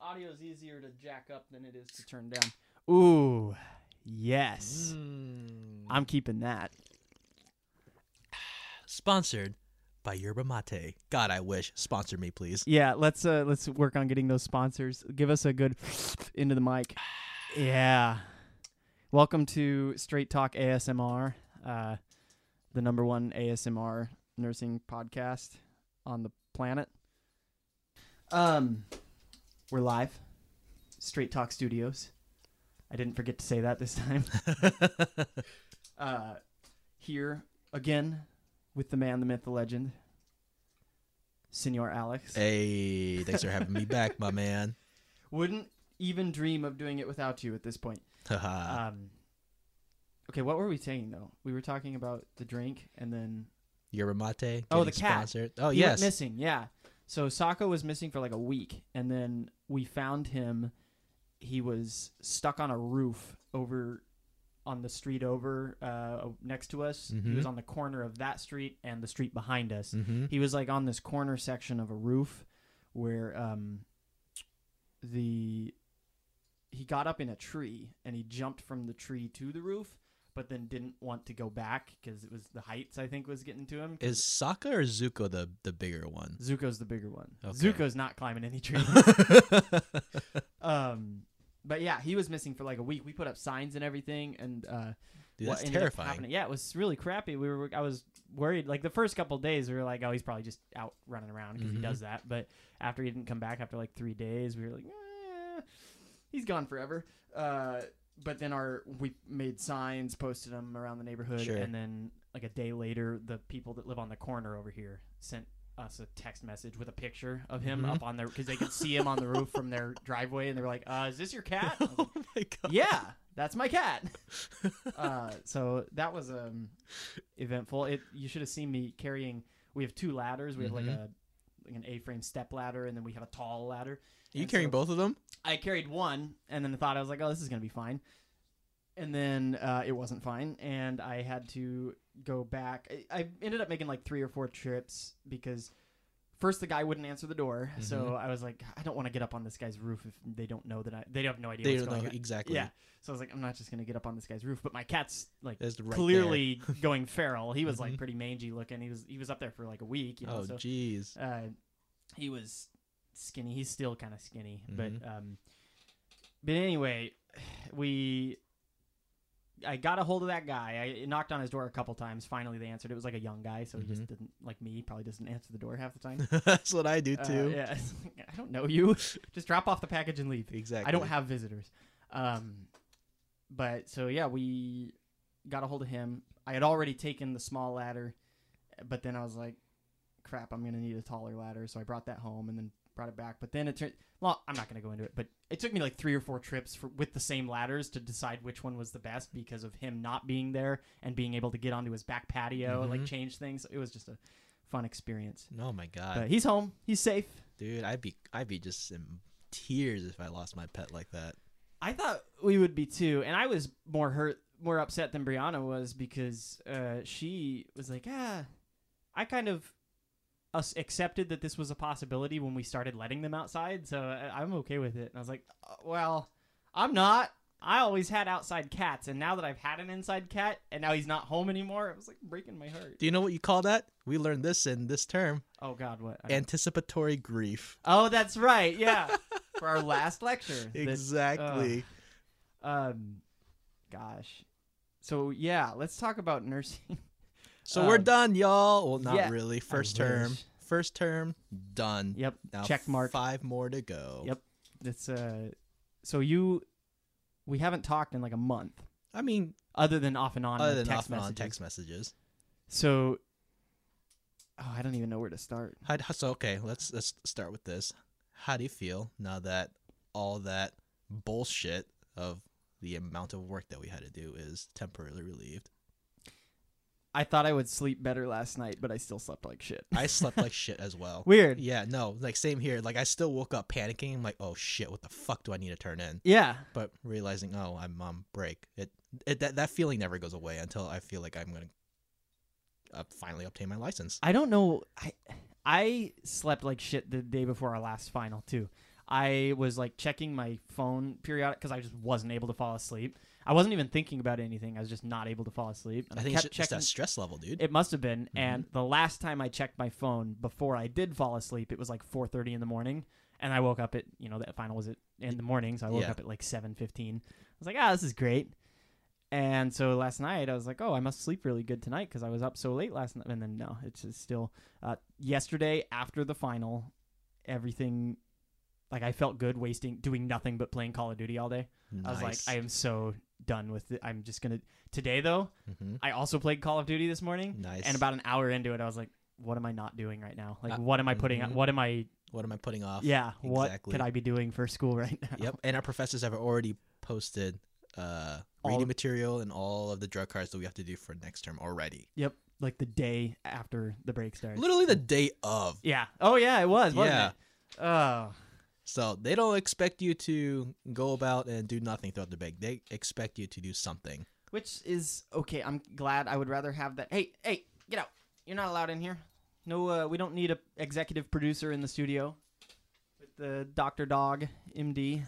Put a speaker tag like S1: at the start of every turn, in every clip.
S1: audio is easier to jack up than it is to turn down.
S2: Ooh, yes. I'm keeping that.
S3: Sponsored by Yerba Mate. God, I wish. Sponsor me, please.
S2: Yeah, let's uh let's work on getting those sponsors. Give us a good into the mic. Yeah. Welcome to Straight Talk ASMR, uh, the number one ASMR nursing podcast on the planet. Um, we're live, Straight Talk Studios. I didn't forget to say that this time. uh, here again with the man, the myth, the legend, Senor Alex.
S3: Hey, thanks for having me back, my man.
S2: Wouldn't even dream of doing it without you at this point.
S3: Haha.
S2: Um, okay, what were we saying though? We were talking about the drink, and then
S3: Yerba Mate.
S2: Oh, the
S3: getting
S2: cat.
S3: Sponsored. Oh,
S2: he went
S3: yes.
S2: missing. Yeah, so Sako was missing for like a week, and then we found him. He was stuck on a roof over on the street over uh, next to us. He
S3: Mhm.
S2: was on the corner of that street and the street behind us.
S3: Mm-hmm.
S2: He was like on this corner section of a roof where um the he got up in a tree and he jumped from the tree to the roof but then didn't want to go back cuz it was the heights I think was getting to him.
S3: Is Saka or Zuko the, the bigger one?
S2: Zuko's the bigger one.
S3: Okay.
S2: Zuko's not climbing any trees. um but yeah, he was missing for like a week. We put up signs and everything and uh
S3: Dude,
S2: what
S3: that's
S2: ended up
S3: terrifying.
S2: happening- Yeah, it was really crappy. We were I was worried. Like the first couple days, we were like, oh, he's probably just out running around because
S3: Mhm.
S2: he does that. But after he didn't come back after like three days, we were like, eh, he's gone forever. Uh, but then our we made signs, posted them around the neighborhood,
S3: Sure.
S2: and then like a day later, the people that live on the corner over here sent us a text message with a picture of him
S3: Mhm.
S2: up on their because they could see him on the roof from their driveway, and they were like, uh, "Is this your cat?" I was like,
S3: oh, my God.
S2: yeah, that's my cat. uh, so that was um, eventful. It you should have seen me carrying. We have two ladders. We have like
S3: Mhm.
S2: a like an A-frame step ladder, and then we have a tall ladder.
S3: you
S2: And
S3: carrying
S2: so
S3: both of them?
S2: I carried one, and then I thought I was like, oh, this is gonna be fine. And then uh, it wasn't fine, and I had to go back. I, I ended up making like three or four trips because first the guy wouldn't answer the door,
S3: Mm-hmm.
S2: so I was like, I don't want to get up on this guy's roof if they don't know that I. They have no idea.
S3: They
S2: what's
S3: don't
S2: going
S3: know
S2: on.
S3: exactly.
S2: Yeah. So I was like, I'm not just gonna get up on this guy's roof. But my cat's like
S3: That's right there.
S2: clearly going feral. He was
S3: Mhm.
S2: like pretty mangy looking. He was he was up there for like a week. You know,
S3: Oh,
S2: so
S3: jeez.
S2: uh, he was skinny. He's still kind of skinny,
S3: Mhm.
S2: but um, but anyway, we. I got a hold of that guy. I knocked on his door a couple times. Finally, they answered. It was like a young guy, so he
S3: Mhm.
S2: just didn't like me. Probably doesn't answer the door half the time.
S3: that's what I do
S2: Uh,
S3: too.
S2: yeah, I don't know you. Just drop off the package and leave.
S3: Exactly.
S2: I don't have visitors. Um, but so yeah, we got a hold of him. I had already taken the small ladder, but then I was like, "Crap, I'm gonna need a taller ladder." So I brought that home and then brought it back. But then it turned. Well, I'm not gonna go into it, but it took me like three or four trips for, with the same ladders to decide which one was the best because of him not being there and being able to get onto his back patio, like
S3: Mhm.
S2: change things. It was just a fun experience.
S3: Oh my god,
S2: But he's home. He's safe.
S3: dude! I'd be I'd be just in tears if I lost my pet like that.
S2: I thought we would be too, and I was more hurt, more upset than Brianna was because uh, she was like, "Ah, I kind of us accepted that this was a possibility when we started letting them outside, so I- I'm okay with it." And I was like, "Uh, "Well, I'm not. I always had outside cats, and now that I've had an inside cat, and now he's not home anymore, it was like breaking my heart."
S3: Do you know what you call that? We learned this in this term:
S2: Oh God, what? I don't-
S3: anticipatory grief.
S2: oh, that's right, yeah, for our last lecture. that-
S3: Exactly.
S2: um, gosh. So yeah, let's talk about nursing.
S3: so we're
S2: um,
S3: done, y'all. Well, not
S2: yeah,
S3: really. First
S2: wish.
S3: term. First term done.
S2: yep,
S3: Now
S2: check mark.
S3: Five more to go.
S2: Yep. That's uh. So you, we haven't talked in like a month,
S3: I mean,
S2: other than off and on
S3: other
S2: and
S3: than
S2: text
S3: off and on
S2: messages.
S3: text messages.
S2: So, oh, I don't even know where to start.
S3: How, how- so okay, let's let's start with this. How do you feel now that all that bullshit of the amount of work that we had to do is temporarily relieved?
S2: I thought I would sleep better last night, but I still slept like shit.
S3: I slept like shit as well.
S2: Weird.
S3: Yeah, no, like same here. Like I still woke up panicking. I'm like, oh shit, what the fuck do I need to turn in?
S2: Yeah.
S3: But realizing, oh, I'm on break. It, it that that feeling never goes away until I feel like I'm gonna uh, finally obtain my license.
S2: I don't know. I I slept like shit the day before our last final too. I was like checking my phone periodic because I just wasn't able to fall asleep. I wasn't even thinking about anything. I was just not able to fall asleep. And
S3: I think it's
S2: kept
S3: ju- it's that stress level, dude.
S2: it must have been. And the last time I checked my phone before I did fall asleep, it was like 4:30 in the morning, and I woke up at you know that final was at in the morning, so I woke
S3: Yeah.
S2: up at like 7:15. I was like, ah, this is great. And so last night I was like, oh, I must sleep really good tonight because I was up so late last night. And then no, it's just still uh, yesterday after the final, everything. Like I felt good wasting doing nothing but playing Call of Duty all day. I was like, I am so done with it. I'm just gonna today though.
S3: hmm
S2: I also played Call of Duty this morning.
S3: Nice.
S2: And about an hour into it, I was like, "What am I not doing right now? Like,
S3: Uh,
S2: what am I putting?
S3: mhm.
S2: What am I?
S3: what am I putting off?
S2: Yeah, what
S3: exactly.
S2: could I be doing for school right now?
S3: Yep. And our professors have already posted uh,
S2: All-
S3: reading material and all of the drug cards that we have to do for next term already.
S2: Yep, like the day after the break starts.
S3: Literally the day of.
S2: Yeah. Oh yeah, it was. Wasn't
S3: Yeah.
S2: It? Oh
S3: So they don't expect you to go about and do nothing throughout the break. They expect you to do something.
S2: Which is okay. I'm glad. I would rather have that. Hey, hey, get out! You're not allowed in here. No, uh, we don't need a executive producer in the studio. With the Doctor Dog, MD.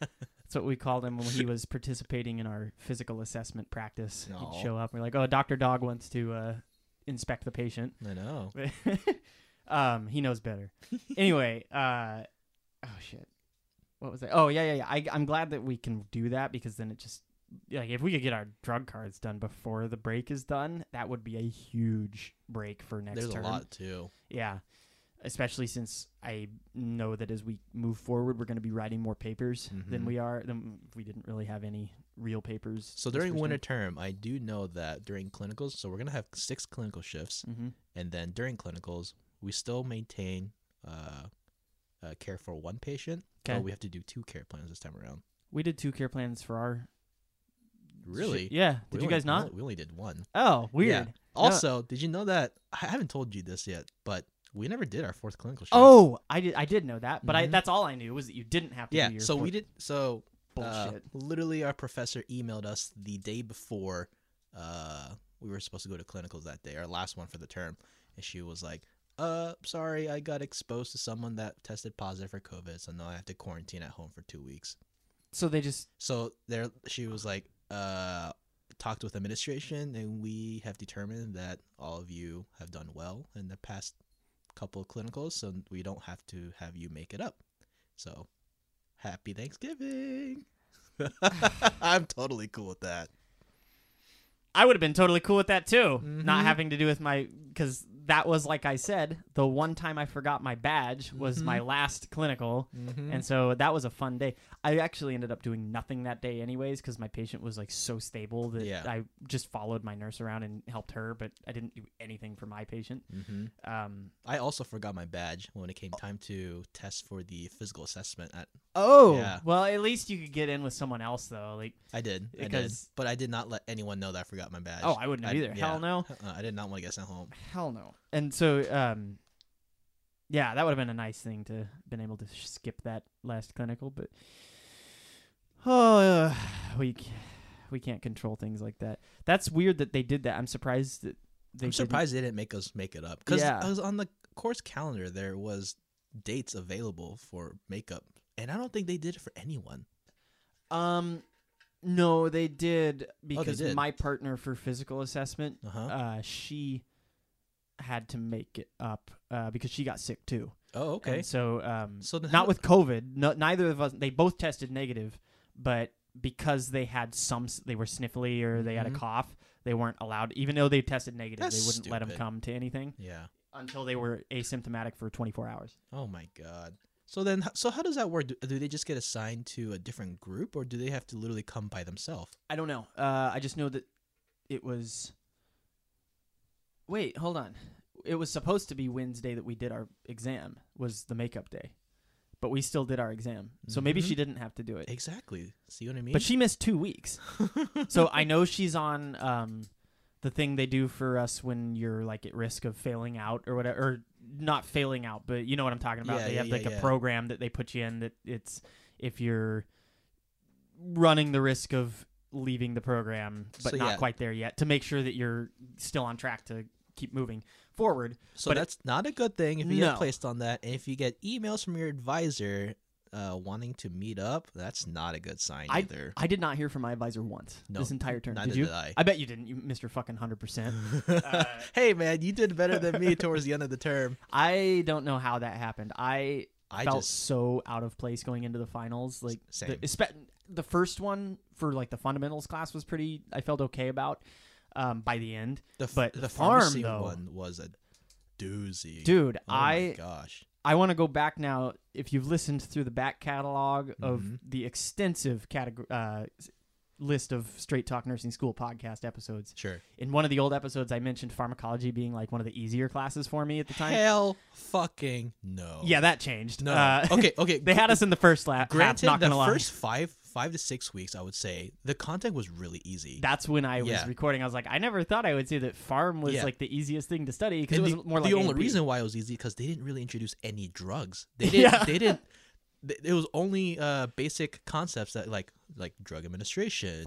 S2: That's what we called him when he was participating in our physical assessment practice.
S3: No.
S2: He'd show up. We're like, oh, Doctor Dog wants to uh, inspect the patient.
S3: I know.
S2: um, he knows better. anyway, uh, oh shit, what was that? Oh yeah, yeah, yeah. I, I'm glad that we can do that because then it just like if we could get our drug cards done before the break is done, that would be a huge break for next.
S3: There's
S2: term.
S3: a lot too.
S2: Yeah. Especially since I know that as we move forward, we're going to be writing more papers than
S3: Mhm.
S2: we are. Than we didn't really have any real papers.
S3: So during winter term, I do know that during clinicals, so we're gonna have six clinical shifts,
S2: mm-hmm.
S3: and then during clinicals, we still maintain uh, uh, care for one patient,
S2: Okay.
S3: but we have to do two care plans this time around.
S2: we did two care plans for our.
S3: Really?
S2: Shit. Yeah.
S3: We
S2: Did you
S3: only-
S2: guys not?
S3: We only, we only did one.
S2: Oh, weird.
S3: Yeah. Also, did you know that I haven't told you this yet, but we never did our fourth clinical shift.
S2: Oh, I did. I did know that, but I,
S3: Mhm.
S2: that's all I knew was that you didn't have to.
S3: yeah.
S2: do your
S3: So we
S2: fourth-
S3: did. So uh,
S2: bullshit.
S3: literally, our professor emailed us the day before uh, we were supposed to go to clinicals that day, our last one for the term, and she was like, "Uh, sorry, I got exposed to someone that tested positive for COVID, so now I have to quarantine at home for two weeks."
S2: so they just
S3: So there, she was like, uh, talked with administration, and we have determined that all of you have done well in the past couple of clinicals, so we don't have to have you make it up. So, happy Thanksgiving. I'm totally cool with that.
S2: I would have been totally cool with that too. Not
S3: Mhm.
S2: having to do with my because that was like I said, the one time I forgot my badge was
S3: Mm-hmm.
S2: my last clinical, and so that was a fun day. I actually ended up doing nothing that day anyways because my patient was like so stable that
S3: Yeah.
S2: I just followed my nurse around and helped her, but I didn't do anything for my patient.
S3: hmm
S2: Um,
S3: I also forgot my badge when it came time to test for the physical assessment. At
S2: oh,
S3: Yeah.
S2: well, at least you could get in with someone else though. Like,
S3: I did, I did,
S2: Because-
S3: but I did not let anyone know that I forgot my badge.
S2: oh, I wouldn't have
S3: I-
S2: either. Hell
S3: yeah.
S2: no.
S3: Uh, I did not want to get sent home.
S2: Hell no. And so, um, yeah, that would have been a nice thing to been able to sh- skip that last clinical, but oh, uh, we c- we can't control things like that. That's weird that they did that. I'm surprised that they.
S3: I'm
S2: didn't-
S3: surprised they didn't make us make it up because
S2: Yeah.
S3: I was on the course calendar. There was dates available for makeup, and I don't think they did it for anyone.
S2: Um, no, they did because
S3: Oh, did.
S2: my partner for physical assessment,
S3: Uh huh.
S2: uh, she had to make it up uh, because she got sick too.
S3: oh, okay.
S2: And so, um,
S3: So then
S2: not
S3: how-
S2: with COVID. No, neither of us. They both tested negative, but because they had some, s- they were sniffly or they had a
S3: Mhm.
S2: cough. They weren't allowed, even though they tested negative.
S3: That's
S2: they wouldn't let 'em let them
S3: stupid.
S2: come to anything
S3: yeah.
S2: until they were asymptomatic for 24 hours.
S3: Oh my god. So then, h- so how does that work? Do, do they just get assigned to a different group, or do they have to literally come by themselves?
S2: I don't know. Uh, I just know that it was. Wait, hold on. It was supposed to be Wednesday that we did our exam. Was the makeup day, but we still did our exam. So maybe
S3: Mhm.
S2: she didn't have to do it.
S3: Exactly. See what I mean?
S2: But she missed two weeks. so I know she's on um, the thing they do for us when you're like at risk of failing out or whatever, or not failing out, but you know what I'm talking about.
S3: Yeah,
S2: they
S3: yeah,
S2: have
S3: yeah,
S2: like a
S3: yeah.
S2: program that they put you in that it's if you're running the risk of leaving the program, but
S3: So,
S2: not
S3: yeah.
S2: quite there yet, to make sure that you're still on track to keep moving forward.
S3: so
S2: but it-
S3: that's not a good thing if you
S2: No.
S3: get placed on that, and if you get emails from your advisor uh, wanting to meet up, that's not a good sign either.
S2: I did not hear from my advisor once
S3: No,
S2: this entire term.
S3: neither
S2: Did you?
S3: did I.
S2: bet you didn't, you Mr. Fucking Hundred Percent. Uh,
S3: hey man, you did better than me towards the end of the term.
S2: I don't know how that happened. I,
S3: I
S2: felt
S3: just
S2: so out of place going into the finals. Like
S3: same.
S2: The, espe- the first one for like the fundamentals class was pretty. I felt okay about um, by the end,
S3: the f-
S2: but
S3: the,
S2: the farm,
S3: pharmacy
S2: though-
S3: one was a doozy.
S2: dude.
S3: oh my
S2: I
S3: gosh,
S2: I want to go back now. If you've listened through the back catalog of
S3: Mhm.
S2: the extensive category uh, s- list of Straight Talk Nursing School podcast episodes,
S3: sure.
S2: in one of the old episodes, I mentioned pharmacology being like one of the easier classes for me at the time.
S3: Hell fucking no.
S2: Yeah, that changed.
S3: No.
S2: Uh,
S3: okay. Okay.
S2: they had us in the first lap.
S3: Granted,
S2: not
S3: the
S2: gonna lie.
S3: first five five to six weeks, I would say the content was really easy.
S2: that's when I was
S3: Yeah.
S2: recording. I was like, I never thought I would say that farm was
S3: Yeah.
S2: like the easiest thing to study because it
S3: And
S2: was
S3: the,
S2: more like
S3: the
S2: A
S3: only
S2: and B.
S3: reason why it was easy because they didn't really introduce any drugs. They didn't.
S2: Yeah.
S3: They didn't. th- It was only uh, basic concepts that like like drug administration.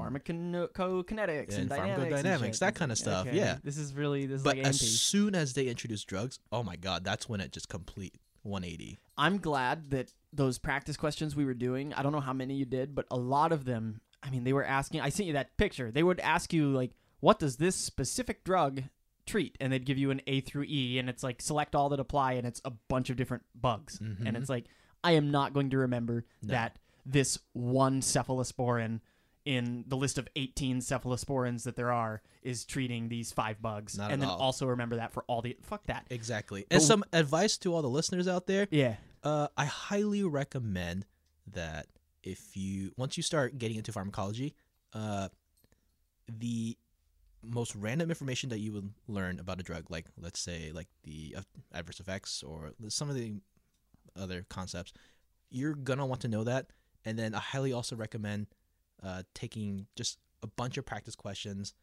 S2: pharmacokinetics and,
S3: And
S2: dynamics, and
S3: pharmacodynamics,
S2: shit.
S3: that kinda stuff,
S2: Okay,
S3: yeah.
S2: this is really this is
S3: but
S2: like A and
S3: as
S2: B.
S3: soon as they introduced drugs, oh my god, that's when it just complete 180.
S2: I'm glad that those practice questions we were doing, I don't know how many you did, but a lot of them, I mean, they were asking, I sent you that picture. They would ask you, like, what does this specific drug treat? And they'd give you an A through E, and it's like, select all that apply, and it's a bunch of different bugs. And
S3: Mhm.
S2: it's like, I am not going to remember
S3: No.
S2: that this one cephalosporin in the list of 18 cephalosporins that there are is treating these five bugs.
S3: Not
S2: and
S3: at
S2: then
S3: all.
S2: also remember that for all the. Fuck that.
S3: Exactly. And
S2: But-
S3: some advice to all the listeners out there:
S2: Yeah.
S3: uh, I highly recommend that if you once you start getting into pharmacology, uh, the most random information that you would learn about a drug, like let's say like the uh, adverse effects or some of the other concepts, you're gonna want to know that. And then I highly also recommend uh, taking just a bunch of practice questions,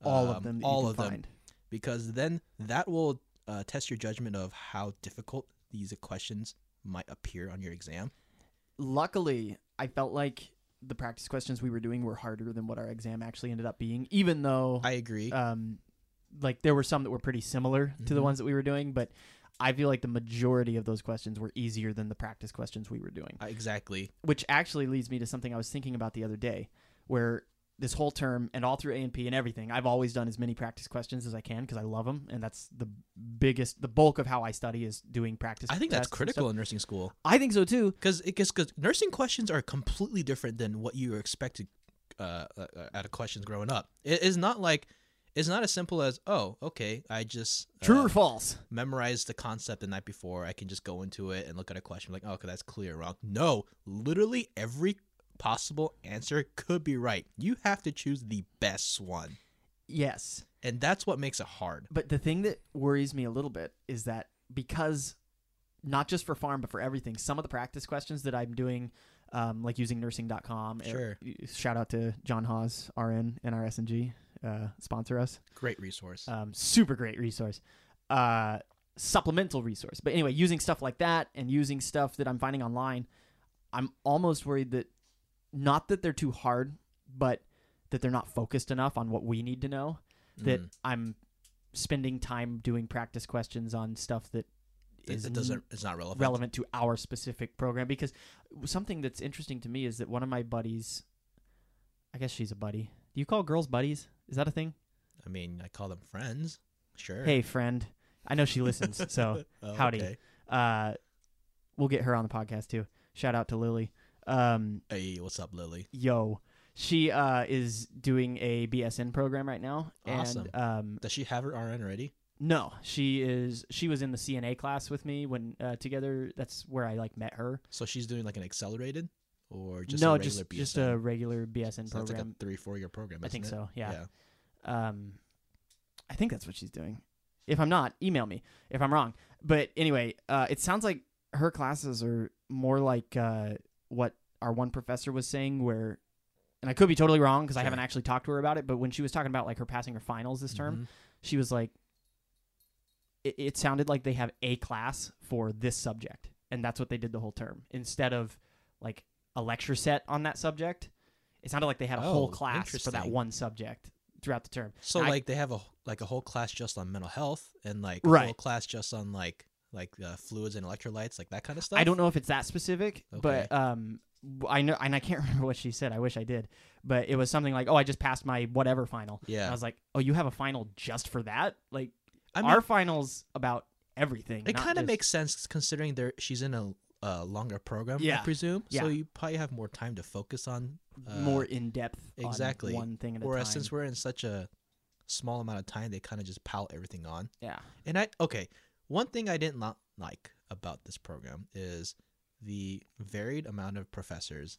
S2: All
S3: um,
S2: of them. That
S3: all
S2: you can
S3: of them,
S2: find.
S3: because then that will uh, test your judgment of how difficult these questions might appear on your exam.
S2: luckily, I felt like the practice questions we were doing were harder than what our exam actually ended up being, even though,
S3: I agree.
S2: um, like there were some that were pretty similar to the
S3: Mhm.
S2: ones that we were doing, but I feel like the majority of those questions were easier than the practice questions we were doing,
S3: Uh, exactly.
S2: which actually leads me to something I was thinking about the other day, where this whole term and all through A and P and everything, I've always done as many practice questions as I can because I love them, and that's the biggest, the bulk of how I study is doing practice.
S3: I think that's
S2: tests and stuff.
S3: critical in nursing school
S2: I think so too.
S3: because because nursing questions are completely different than what you were expected uh, uh, uh, out of questions growing up. It is not like it's not as simple as oh okay I just uh,
S2: True or false?
S3: memorized the concept the night before. I can just go into it and look at a question like oh okay that's clear or wrong. No, literally every possible answer could be right. You have to choose the best one,
S2: Yes.
S3: and that's what makes it hard.
S2: But the thing that worries me a little bit is that because not just for farm but for everything, some of the practice questions that I'm doing, um, like using nursing.com. er,
S3: Sure.
S2: Shout out to John Hawes, RN and RSNG, uh, sponsor us.
S3: Great resource.
S2: Um, super great resource. Uh, supplemental resource. But anyway, using stuff like that and using stuff that I'm finding online, I'm almost worried that not that they're too hard, but that they're not focused enough on what we need to know that
S3: Mm.
S2: I'm spending time doing practice questions on stuff that
S3: It-
S2: is
S3: it doesn't. It's not relevant.
S2: relevant to our specific program because something that's interesting to me is that one of my buddies I guess she's a buddy. Do you call girls buddies? Is that a thing?
S3: I mean, I call them friends. Sure.
S2: Hey friend. I know she listens, so
S3: Oh,
S2: howdy.
S3: okay.
S2: uh we'll get her on the podcast too. Shout out to Lily. Um
S3: Hey, what's up, Lily?
S2: yo, she uh is doing a BSN program right now
S3: Awesome.
S2: and um
S3: Does she have her RN already?
S2: No, she is. She was in the CNA class with me when uh, together. That's where I like met her.
S3: So she's doing like an accelerated, or just
S2: no,
S3: a regular
S2: just
S3: BSN?
S2: just a regular BSN
S3: So that's like a
S2: program.
S3: three, four year program.
S2: I
S3: isn't
S2: think
S3: it?
S2: so. Yeah. Um, I think that's what she's doing. If I'm not, email me if I'm wrong. But anyway, uh, it sounds like her classes are more like uh, what our one professor was saying, where, and I could be totally wrong because I
S3: Sure.
S2: haven't actually talked to her about it. But when she was talking about like her passing her finals this term,
S3: Mhm.
S2: she was like it, it sounded like they have a class for this subject and that's what they did the whole term instead of like a lecture set on that subject it sounded like they had a whole
S3: Oh,
S2: class for that
S3: interesting.
S2: one subject throughout the term
S3: So
S2: I-
S3: like they have a like a whole class just on mental health, and like a whole
S2: Right.
S3: class just on like like uh, fluids and electrolytes, like that kind of stuff.
S2: I don't know if it's that specific,
S3: Okay.
S2: but um, w- I know, and I can't remember what she said. I wish I did, but it was something like, "Oh, I just passed my whatever final." And
S3: Yeah,
S2: I was like, "Oh, you have a final just for that? Like
S3: I mean,
S2: our finals about everything."
S3: it
S2: not
S3: kind of
S2: just-
S3: makes sense considering there she's in a uh, longer program,
S2: Yeah.
S3: I presume.
S2: Yeah.
S3: So you probably have more time to focus on. Uh,
S2: more in depth.
S3: exactly.
S2: On one thing at a
S3: Whereas
S2: time.
S3: since we're in such a small amount of time, they kind of just pile everything on.
S2: yeah,
S3: And I okay, one thing I didn't not like about this program is the varied amount of professors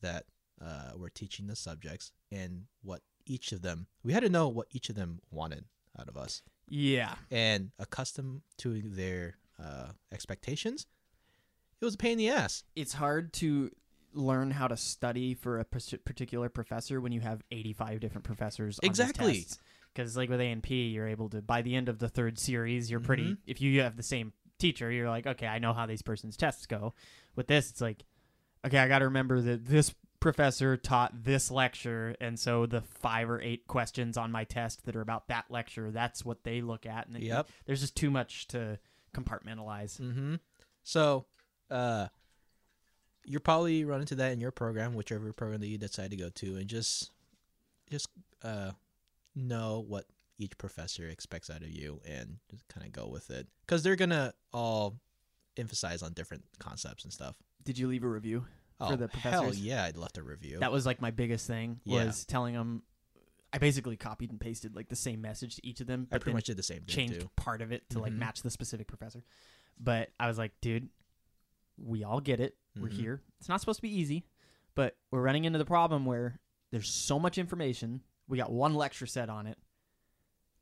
S3: that uh, were teaching the subjects and what each of them. We had to know what each of them wanted out of us
S2: yeah,
S3: and accustomed to their uh, expectations. It was a pain in the ass.
S2: it's hard to learn how to study for a pers- particular professor when you have 85 different professors
S3: Exactly.
S2: because like with a and p you're able to by the end of the third series you're pretty
S3: Mhm.
S2: if you have the same teacher you're like okay i know how these person's tests go with this it's like okay i gotta remember that this professor taught this lecture and so the five or eight questions on my test that are about that lecture that's what they look at and it-
S3: Yep.
S2: there's just too much to compartmentalize
S3: Mm-hmm. So, uh, you're probably running into that in your program, whichever program that you decide to go to, and just, just uh, know what each professor expects out of you, and just kind of go with it, because they're gonna all emphasize on different concepts and stuff.
S2: did you leave a review
S3: Oh,
S2: For the
S3: hell
S2: professors?
S3: yeah! I'd love to review.
S2: that was like my biggest thing
S3: Yeah.
S2: was telling them i basically copied and pasted like the same message to each of them
S3: I
S2: but
S3: pretty
S2: then
S3: much did the same thing
S2: changed
S3: too.
S2: part of it to like
S3: Mhm.
S2: match the specific professor but i was like dude we all get it we're
S3: Mhm.
S2: here it's not supposed to be easy but we're running into the problem where there's so much information we got one lecture set on it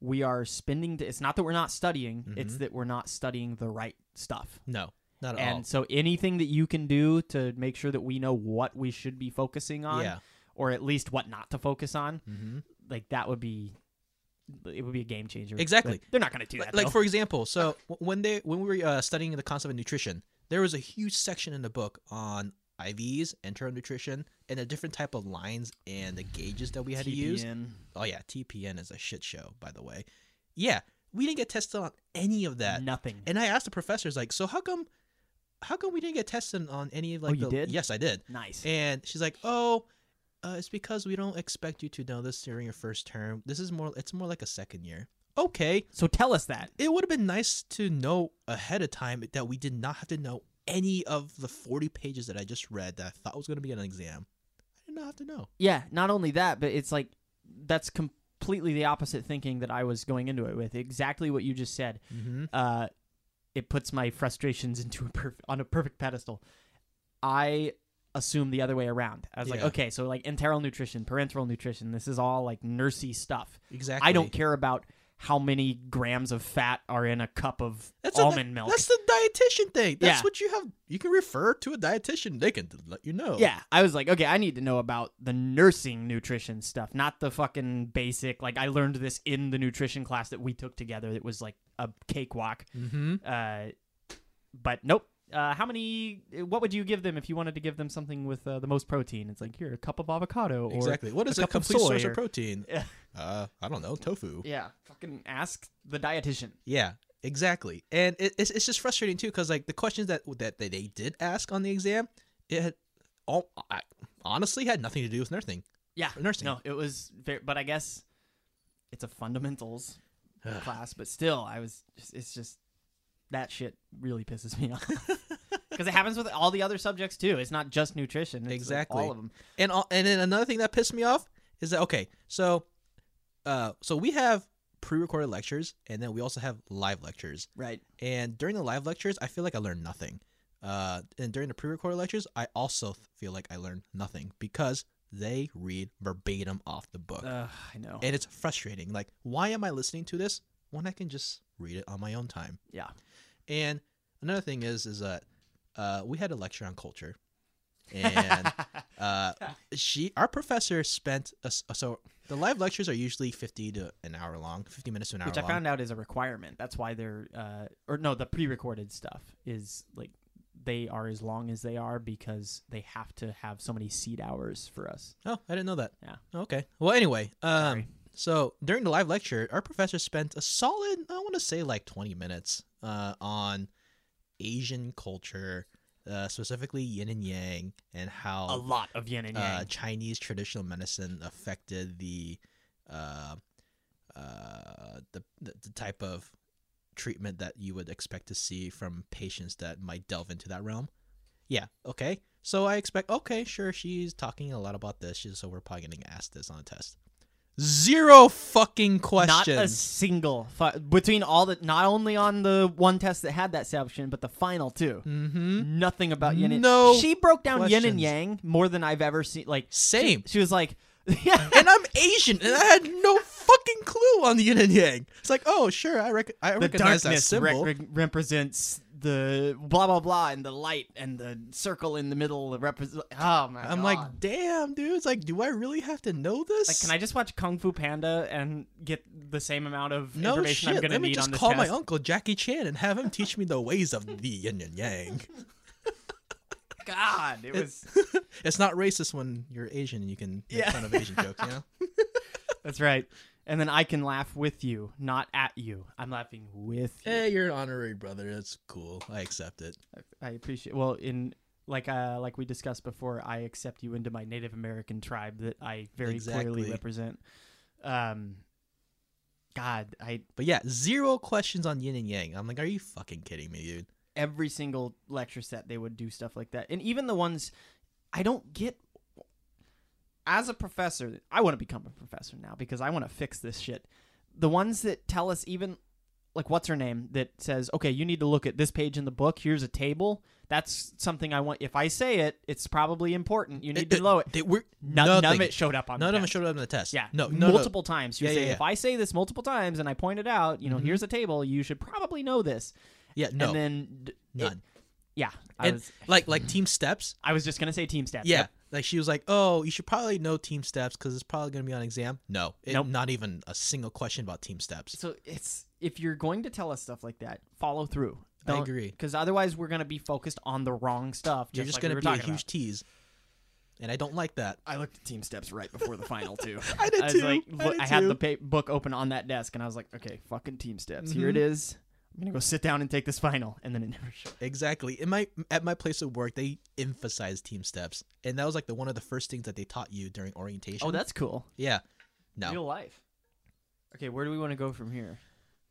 S2: we are spending the, it's not that we're not studying it's
S3: Mhm.
S2: that we're not studying the right stuff
S3: No, not at
S2: and
S3: all.
S2: so anything that you can do to make sure that we know what we should be focusing on
S3: Yeah.
S2: or at least what not to focus on,
S3: Mm-hmm.
S2: like that would be it would be a game changer.
S3: Exactly.
S2: But they're not going to do
S3: Li-
S2: that.
S3: like
S2: though.
S3: for example so w- when they when we were uh, studying the concept of nutrition there was a huge section in the book on ivs enteral nutrition and the different type of lines and the gauges that we had to use
S2: TBN.
S3: oh yeah tpn is a shit show by the way yeah we didn't get tested on any of that
S2: nothing.
S3: and i asked the professors like so how come how come we didn't get tested on any of like
S2: Oh, you
S3: the
S2: did?
S3: yes i did
S2: nice.
S3: and she's like, "Oh, uh, it's because we don't expect you to know this during your first term. This is more. It's more like a second year." Okay,
S2: so tell us that.
S3: it would have been nice to know ahead of time that we did not have to know any of the 40 pages that I just read that I thought was going to be an exam. I did not have to know.
S2: Yeah, not only that, but it's like that's completely the opposite thinking that I was going into it with. Exactly what you just said.
S3: Mm-hmm.
S2: uh, it puts my frustrations into a perf- on a perfect pedestal. I assume the other way around. I was like,
S3: Yeah.
S2: okay, so like enteral nutrition, parenteral nutrition, this is all like nursey stuff.
S3: Exactly.
S2: I don't care about how many grams of fat are in a cup of
S3: That's a-
S2: almond milk.
S3: That's the dietitian thing. That's
S2: Yeah.
S3: what you have. You can refer to a dietitian. They can let you know.
S2: Yeah, I was like, okay, I need to know about the nursing nutrition stuff, not the fucking basic. Like, I learned this in the nutrition class that we took together. That was like a cakewalk.
S3: Mm-hmm.
S2: Uh, but nope. Uh, how many? What would you give them if you wanted to give them something with uh, the most protein? It's like here, a cup of avocado, or
S3: Exactly. What is
S2: a
S3: a,
S2: cup of
S3: complete
S2: soy
S3: source
S2: or-
S3: of protein?
S2: Yeah.
S3: Uh, I don't know. Tofu.
S2: yeah, fucking ask the dietitian.
S3: Yeah, exactly. And it, it's, it's just frustrating too because like the questions that that they, they did ask on the exam, it had, all I, honestly had nothing to do with nursing.
S2: Yeah,
S3: Nursing.
S2: no, it was, very, but I guess it's a fundamentals class. But still, I was, just, it's just that shit really pisses me off because it happens with all the other subjects too. It's not just nutrition. It's exactly,
S3: Exactly.
S2: all of them.
S3: And all, and then another thing that pissed me off is that okay, so uh so we have pre-recorded lectures and then we also have live lectures.
S2: Right.
S3: And during the live lectures, I feel like I learned nothing. Uh, and during the pre-recorded lectures, I also feel like I learned nothing because they read verbatim off the book.
S2: Ugh, I know.
S3: and it's frustrating. Like, why am I listening to this when I can just read it on my own time?
S2: Yeah.
S3: And another thing is, is that uh, we had a lecture on culture, and uh, she, our professor, spent a s so the live lectures are usually fifty to an hour long, fifty minutes to an hour
S2: which I
S3: long.
S2: found out is a requirement. That's why they're uh, or no, the pre-recorded stuff is like they are as long as they are because they have to have so many seat hours for us.
S3: oh, I didn't know that.
S2: Yeah.
S3: Okay. Well, anyway, um,
S2: Sorry.
S3: so during the live lecture, our professor spent a solid, I want to say, like twenty minutes, uh, on Asian culture, uh, specifically yin and yang, and how
S2: a lot of yin and yang.
S3: uh, Chinese traditional medicine affected the uh, uh, the the the type of treatment that you would expect to see from patients that might delve into that realm. Yeah. Okay. So I expect. Okay. Sure. She's talking a lot about this. She's, so we're probably getting asked this on a test. Zero fucking
S2: not
S3: questions.
S2: a single fu- between all the not only on the one test that had that section, but the final two.
S3: mm-hmm.
S2: Nothing about yin. And-
S3: No
S2: she broke down yin and
S3: questions.
S2: yang more than I've ever seen. Like she-
S3: Same.
S2: She, was like, yeah.
S3: And I'm Asian, and I had no fucking clue on the yin and yang. It's like, oh, sure, I, rec- I
S2: the
S3: recognize that
S2: darkness
S3: symbol.
S2: re- re- represents the blah blah blah, and the light and the circle in the middle represents. Oh my
S3: I'm
S2: god!
S3: like, damn, dude. It's like, do I really have to know this?
S2: Like, can I just watch Kung Fu Panda and get the same amount of
S3: no
S2: information
S3: shit.
S2: I'm gonna
S3: Let me
S2: need
S3: just
S2: on this
S3: call my
S2: test?
S3: uncle Jackie Chan and have him teach me the ways of the yin and yang.
S2: God, it was.
S3: It's not racist when you're Asian and you can make
S2: Yeah.
S3: fun of Asian jokes, you know?
S2: That's right. And then I can laugh with you, not at you. I'm laughing with you.
S3: hey, you're an honorary brother. That's cool. I accept it.
S2: I appreciate. Well, in like uh like we discussed before, I accept you into my Native American tribe that I very
S3: Exactly.
S2: clearly represent. Um, God, I
S3: But yeah, zero questions on yin and yang. I'm like, are you fucking kidding me, dude?
S2: every single lecture set they would do stuff like that, and even the ones I don't get. As a professor, I want to become a professor now because I want to fix this shit. The ones that tell us even like what's her name that says, "Okay, you need to look at this page in the book. Here's a table." That's something I want. If I say it, it's probably important. You need to know it.
S3: They were
S2: None,
S3: Uh, nothing.
S2: none of it showed up on
S3: None
S2: the
S3: of them
S2: test.
S3: showed up in the test.
S2: Yeah,
S3: No, no no.
S2: multiple times. You
S3: Yeah,
S2: say,
S3: yeah, yeah.
S2: if I say this multiple times and I point it out, you know, here's a table. You should probably know this.
S3: Yeah, no.
S2: and then d- it-
S3: none.
S2: yeah, I
S3: and
S2: was
S3: like like team steps,
S2: I was just gonna say team stats.
S3: Yeah.
S2: Yep.
S3: Like she was like, "Oh, you should probably know team steps because it's probably gonna be on exam." No, it,
S2: Nope.
S3: not even a single question about team steps.
S2: So it's if you're going to tell us stuff like that, follow through.
S3: I agree.
S2: Because otherwise, we're gonna be focused on the wrong stuff.
S3: You're just
S2: like
S3: gonna
S2: we were
S3: be a
S2: talking
S3: huge tease, and I don't like that.
S2: about. I looked at team steps right before the final two.
S3: I did
S2: I was like, look, I, had the pa- book open on that desk, and I was like, okay, fucking team steps. Here it
S3: Mm-hmm.
S2: is. I'm gonna go sit down and take this final, and then it never showed.
S3: exactly in my at my place of work. They emphasized team steps, and that was like the one of the first things that they taught you during orientation.
S2: Oh, that's cool.
S3: yeah. No,
S2: Real life. Okay, where do we want to go from here?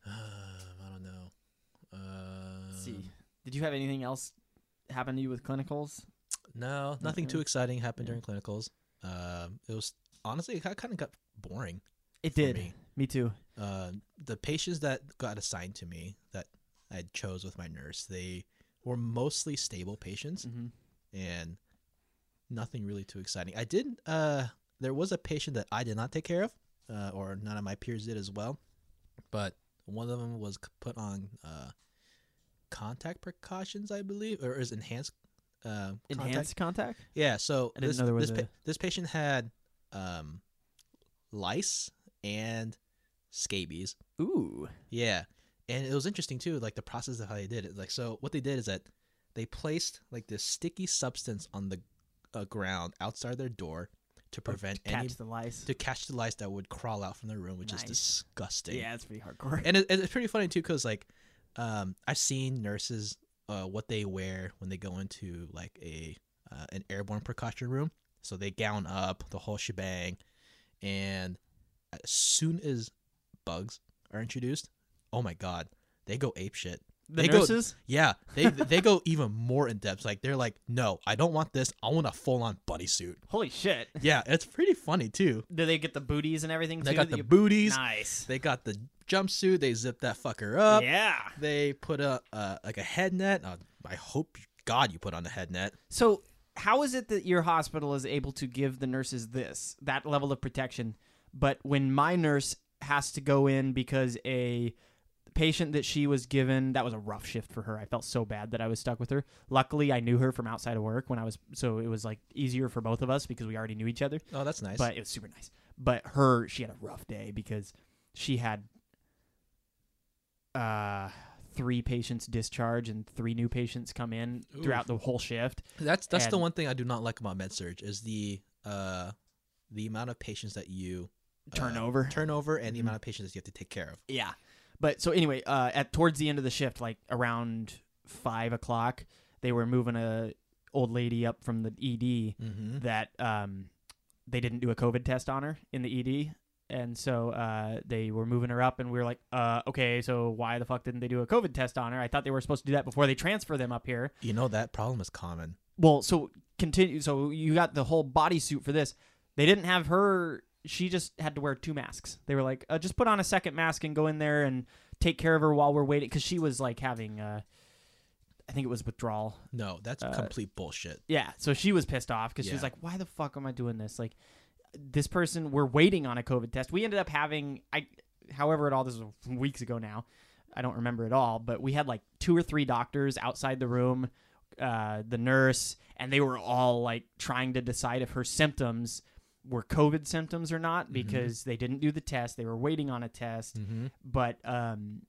S3: Um, I don't know. Um,
S2: Let's see. Did you have anything else happen to you with clinicals?
S3: No, nothing
S2: Mm-mm.
S3: too exciting happened
S2: Yeah.
S3: during clinicals. Um, it was honestly it kind of got boring.
S2: It
S3: for
S2: did.
S3: me.
S2: too.
S3: Uh, the patients that got assigned to me that I chose with my nurse, they were mostly stable patients
S2: Mm-hmm.
S3: and nothing really too exciting. I did. Uh, there was a patient that I did not take care of, uh, or none of my peers did as well, but one of them was c- put on uh, contact precautions, I believe, or is enhanced. Uh, contact
S2: Enhanced contact?
S3: yeah, so
S2: I didn't
S3: this
S2: know there was
S3: this, pa-
S2: a-
S3: this patient had um, lice and scabies.
S2: Ooh.
S3: Yeah, and it was interesting too, like the process of how they did it. Like, so what they did is that they placed like this sticky substance on the uh, ground outside their door to prevent
S2: Catch
S3: any
S2: the lice.
S3: to catch the lice that would crawl out from their room, which is
S2: Nice.
S3: disgusting
S2: Yeah, it's pretty hardcore.
S3: and it, it's pretty funny too because like um i've seen nurses uh what they wear when they go into like a uh, an airborne precaution room so they gown up the whole shebang and as soon as bugs are introduced oh my god they go ape shit
S2: the
S3: they go-
S2: nurses?
S3: yeah they they go even more in depth like they're like no i don't want this i want a full-on bunny suit
S2: Holy shit.
S3: yeah it's pretty funny too
S2: Do they get the booties and everything
S3: they
S2: too?
S3: got
S2: that
S3: the
S2: you-
S3: booties
S2: Nice.
S3: they got the jumpsuit they zip that fucker up
S2: yeah.
S3: they put a uh, like a head net. Uh, I hope God you put on a head net.
S2: So, how is it that your hospital is able to give the nurses this, that level of protection, but when my nurse has to go in because a patient that she was given, that was a rough shift for her. I felt so bad that I was stuck with her. Luckily, I knew her from outside of work when I was, so it was like easier for both of us because we already knew each other,
S3: Oh, that's nice.
S2: but it was super nice. But her, she had a rough day because she had uh three patients discharge and three new patients come in
S3: Oof.
S2: throughout the whole shift
S3: that's that's the
S2: and-
S3: one thing I do not like about MedSurge is the uh the amount of patients that you uh,
S2: turnover.
S3: turnover, and the
S2: Mhm.
S3: amount of patients that you have to take care of.
S2: yeah. But so anyway, uh, at towards the end of the shift, like around five o'clock, they were moving a old lady up from the E ED
S3: Mm-hmm.
S2: that um, they didn't do a COVID test on her in the ED. And so uh, they were moving her up, and we were like, uh, okay, so why the fuck didn't they do a COVID test on her? I thought they were supposed to do that before they transfer them up here.
S3: You know that problem is common.
S2: Well, so continue. So you got the whole bodysuit for this. They didn't have her. She just had to wear two masks. They were like, uh, just put on a second mask and go in there and take care of her while we're waiting. Because she was like having, uh, I think it was withdrawal.
S3: No, that's
S2: Uh,
S3: complete bullshit.
S2: Yeah. So she was pissed off because she was
S3: Yeah.
S2: like, why the fuck am I doing this? Like, this person, we're waiting on a COVID test. We ended up having, I, however, it all, this was weeks ago now. I don't remember at all, but we had like two or three doctors outside the room, uh, the nurse, and they were all like trying to decide if her symptoms were COVID symptoms or not because they didn't do the test. They were waiting on a test,
S3: Mm-hmm.
S2: but um,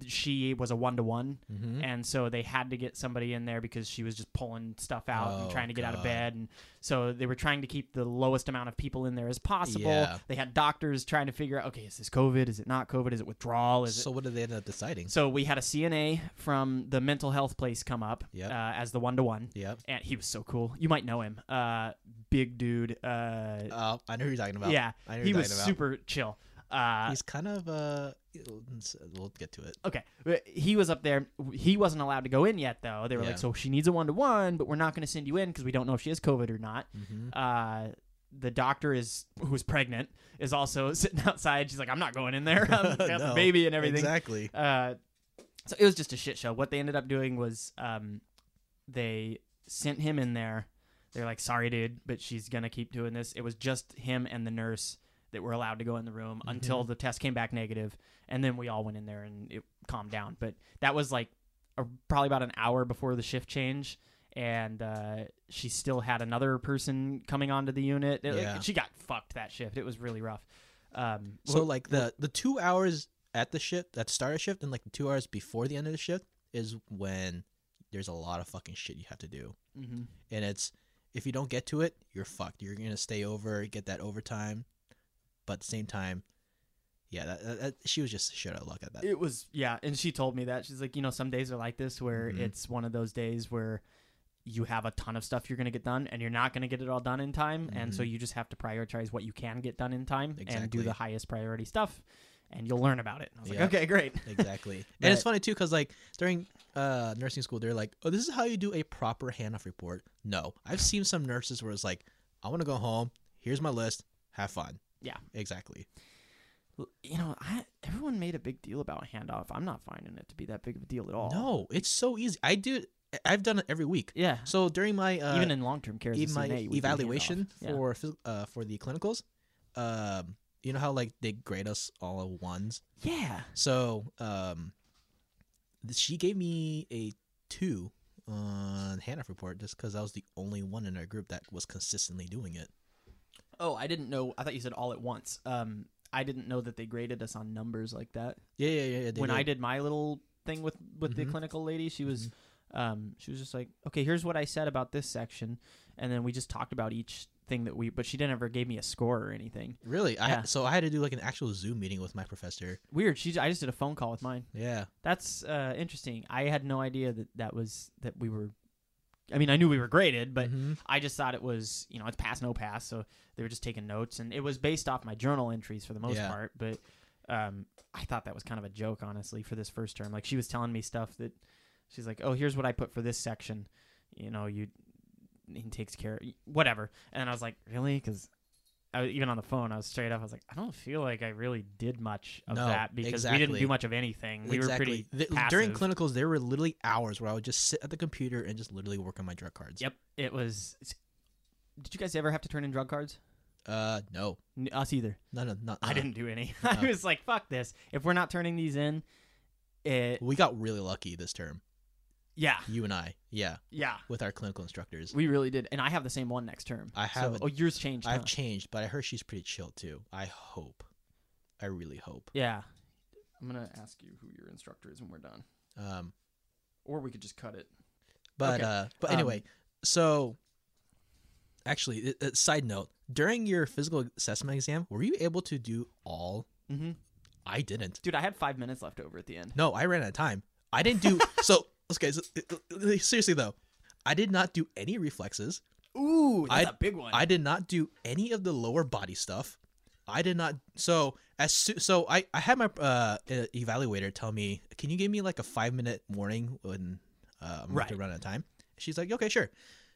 S2: th- she was a one to one
S3: Mm-hmm.
S2: and so they had to get somebody in there because she was just pulling stuff out
S3: Oh,
S2: and trying to get out
S3: God.
S2: of bed and so they were trying to keep the lowest amount of people in there as possible
S3: Yeah.
S2: they had doctors trying to figure out okay is this covid is it not covid is it withdrawal is
S3: So what did they end up deciding?
S2: it so we had a cna from the mental health place come up
S3: Yep.
S2: uh, as the one-to-one
S3: Yep.
S2: and he was so cool you might know him uh, big dude uh,
S3: Uh, I know who you're talking about.
S2: yeah
S3: I know who
S2: he
S3: you're
S2: was
S3: talking about.
S2: super chill uh,
S3: He's kind of uh. We'll get to it.
S2: Okay, but he was up there. He wasn't allowed to go in yet, though. They were
S3: Yeah.
S2: like, "So she needs a one to one, but we're not going to send you in because we don't know if she has COVID or not."
S3: Mm-hmm.
S2: Uh, the doctor is who's pregnant is also sitting outside. She's like, "I'm not going in there. I'm got
S3: No,
S2: the baby and everything."
S3: Exactly.
S2: Uh, so it was just a shit show. What they ended up doing was um, they sent him in there. They're like, sorry, dude, but she's going to keep doing this. It was just him and the nurse that were allowed to go in the room
S3: Mm-hmm.
S2: until the test came back negative, And then we all went in there and it calmed down. But that was like a, probably about an hour before the shift change. And uh, she still had another person coming onto the unit. It- like,
S3: Yeah.
S2: she got fucked that shift. It was really rough. Um,
S3: So like the the two hours at the shift, at the start of shift, and like the two hours before the end of the shift is when there's a lot of fucking shit you have to do,
S2: mhm.
S3: and it's if you don't get to it, you're fucked. You're gonna stay over, get that overtime, but at the same time, yeah, that, that, that- she was just shit out of luck at that.
S2: It was yeah, and she told me that she's like, you know, some days are like this where
S3: Mhm.
S2: it's one of those days where you have a ton of stuff you're going to get done and you're not going to get it all done in time, and so
S3: Mhm.
S2: you just have to prioritize what you can get done in time and do
S3: Exactly.
S2: the highest priority stuff and you'll learn about it. And I was
S3: Yeah.
S2: like, okay, great.
S3: Exactly, and it's
S2: But-
S3: funny too because like during uh, nursing school, they're like, "Oh, this is how you do a proper handoff report." No, I've seen some nurses where it's like, "I want to go home. Here's my list. Have fun."
S2: Yeah.
S3: exactly.
S2: L- You know, I, everyone made a big deal about handoff. I'm not finding it to be that big of a deal at all.
S3: No, it's so easy. I do. I've done it every week.
S2: Yeah.
S3: So during my uh,
S2: Even in long-term care, as a
S3: even my
S2: CNA, we do handoff.
S3: evaluation
S2: Yeah.
S3: for phys- uh, for the clinicals, um, you know how like they grade us all at ones.
S2: Yeah.
S3: So um, th- she gave me a two on handoff report just because I was the only one in our group that was consistently doing it.
S2: Oh, I didn't know. I thought you said all at once. Um, I didn't know that they graded us on numbers like that.
S3: Yeah, yeah, yeah. yeah they
S2: when I did my little thing with with
S3: Mhm.
S2: the clinical lady, she was um she was just like, "Okay, here's what I said about this section." And then we just talked about each thing that we but she didn't ever gave me a score or anything.
S3: really, I
S2: Yeah.
S3: so I had to do like an actual Zoom meeting with my professor.
S2: Weird. She I just did a phone call with mine.
S3: Yeah,
S2: That's uh interesting. I had no idea that that was that we were I mean, I knew we were graded, but
S3: Mhm.
S2: I just thought it was, you know, it's pass no pass, so they were just taking notes and it was based off my journal entries for the most
S3: Yeah.
S2: part, but um I thought that was kind of a joke honestly for this first term. Like she was telling me stuff that she's like, "Oh, here's what I put for this section." You know, you he takes care whatever. And I was like, "Really?" cuz I, even on the phone, I was straight up. I was like, I don't feel like I really did much of
S3: No,
S2: that because we didn't
S3: exactly.
S2: do much of anything. We were pretty
S3: Th-
S2: passive.
S3: during clinicals, there were literally hours where I would just sit at the computer and just literally work on my drug cards.
S2: Yep, it was. it's- Did you guys ever have to turn in drug cards?
S3: Uh, no,
S2: N- Us either.
S3: no, no, no.
S2: I
S3: no.
S2: didn't do any.
S3: no.
S2: I was like, fuck this. If we're not turning these in, it
S3: We got really lucky this term.
S2: yeah,
S3: You and I, yeah,
S2: yeah.
S3: with our clinical instructors.
S2: We really did. And I have the same one next term.
S3: I have
S2: So,
S3: a-
S2: oh, yours changed.
S3: I've
S2: huh?
S3: changed, but I heard she's pretty chill too. I hope. I really hope.
S2: yeah.
S1: I'm gonna ask you who your instructor is when we're done,
S3: Um,
S1: or we could just cut it.
S3: but
S2: Okay.
S3: uh, but
S2: Um,
S3: anyway, so actually, i- i- side note: during your physical assessment exam, were you able to do all?
S2: Mm-hmm.
S3: I didn't.
S2: Dude, I had five minutes left over at the end.
S3: No, I ran out of time. I didn't do so. okay, so, uh, seriously though, I did not do any reflexes.
S2: Ooh,
S3: that's
S2: that's
S3: I-
S2: a big one.
S3: I did not do any of the lower body stuff. I did not. So as soo- so I I had my uh e- evaluator tell me, can you give me like a five minute warning when uh, I'm about to
S2: Right.
S3: run out of time? She's like, okay, sure.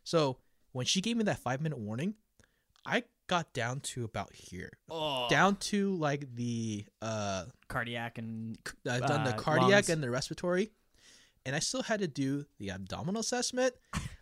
S3: So when she gave me that five minute warning, I got down to about here,
S2: oh,
S3: down to like the uh
S2: cardiac and
S3: c- I've done the
S2: Uh,
S3: cardiac
S2: lungs.
S3: and the respiratory, and I still had to do the abdominal assessment.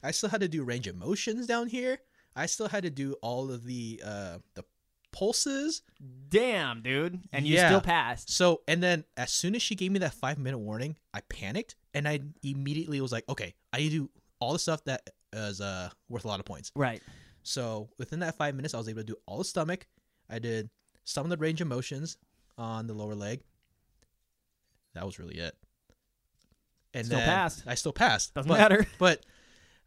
S3: I still had to do range of motions down here. I still had to do all of the uh, the pulses.
S2: damn, dude, and you
S3: Yeah.
S2: still passed.
S3: So, and then as soon as she gave me that five minute warning, I panicked and I immediately was like, okay, I need to do all the stuff that is uh, worth a lot of points.
S2: Right.
S3: So within that five minutes, I was able to do all the stomach. I did some of the range of motions on the lower leg. That was really it. And
S2: Still
S3: then
S2: passed.
S3: I still passed.
S2: Doesn't
S3: but,
S2: matter.
S3: But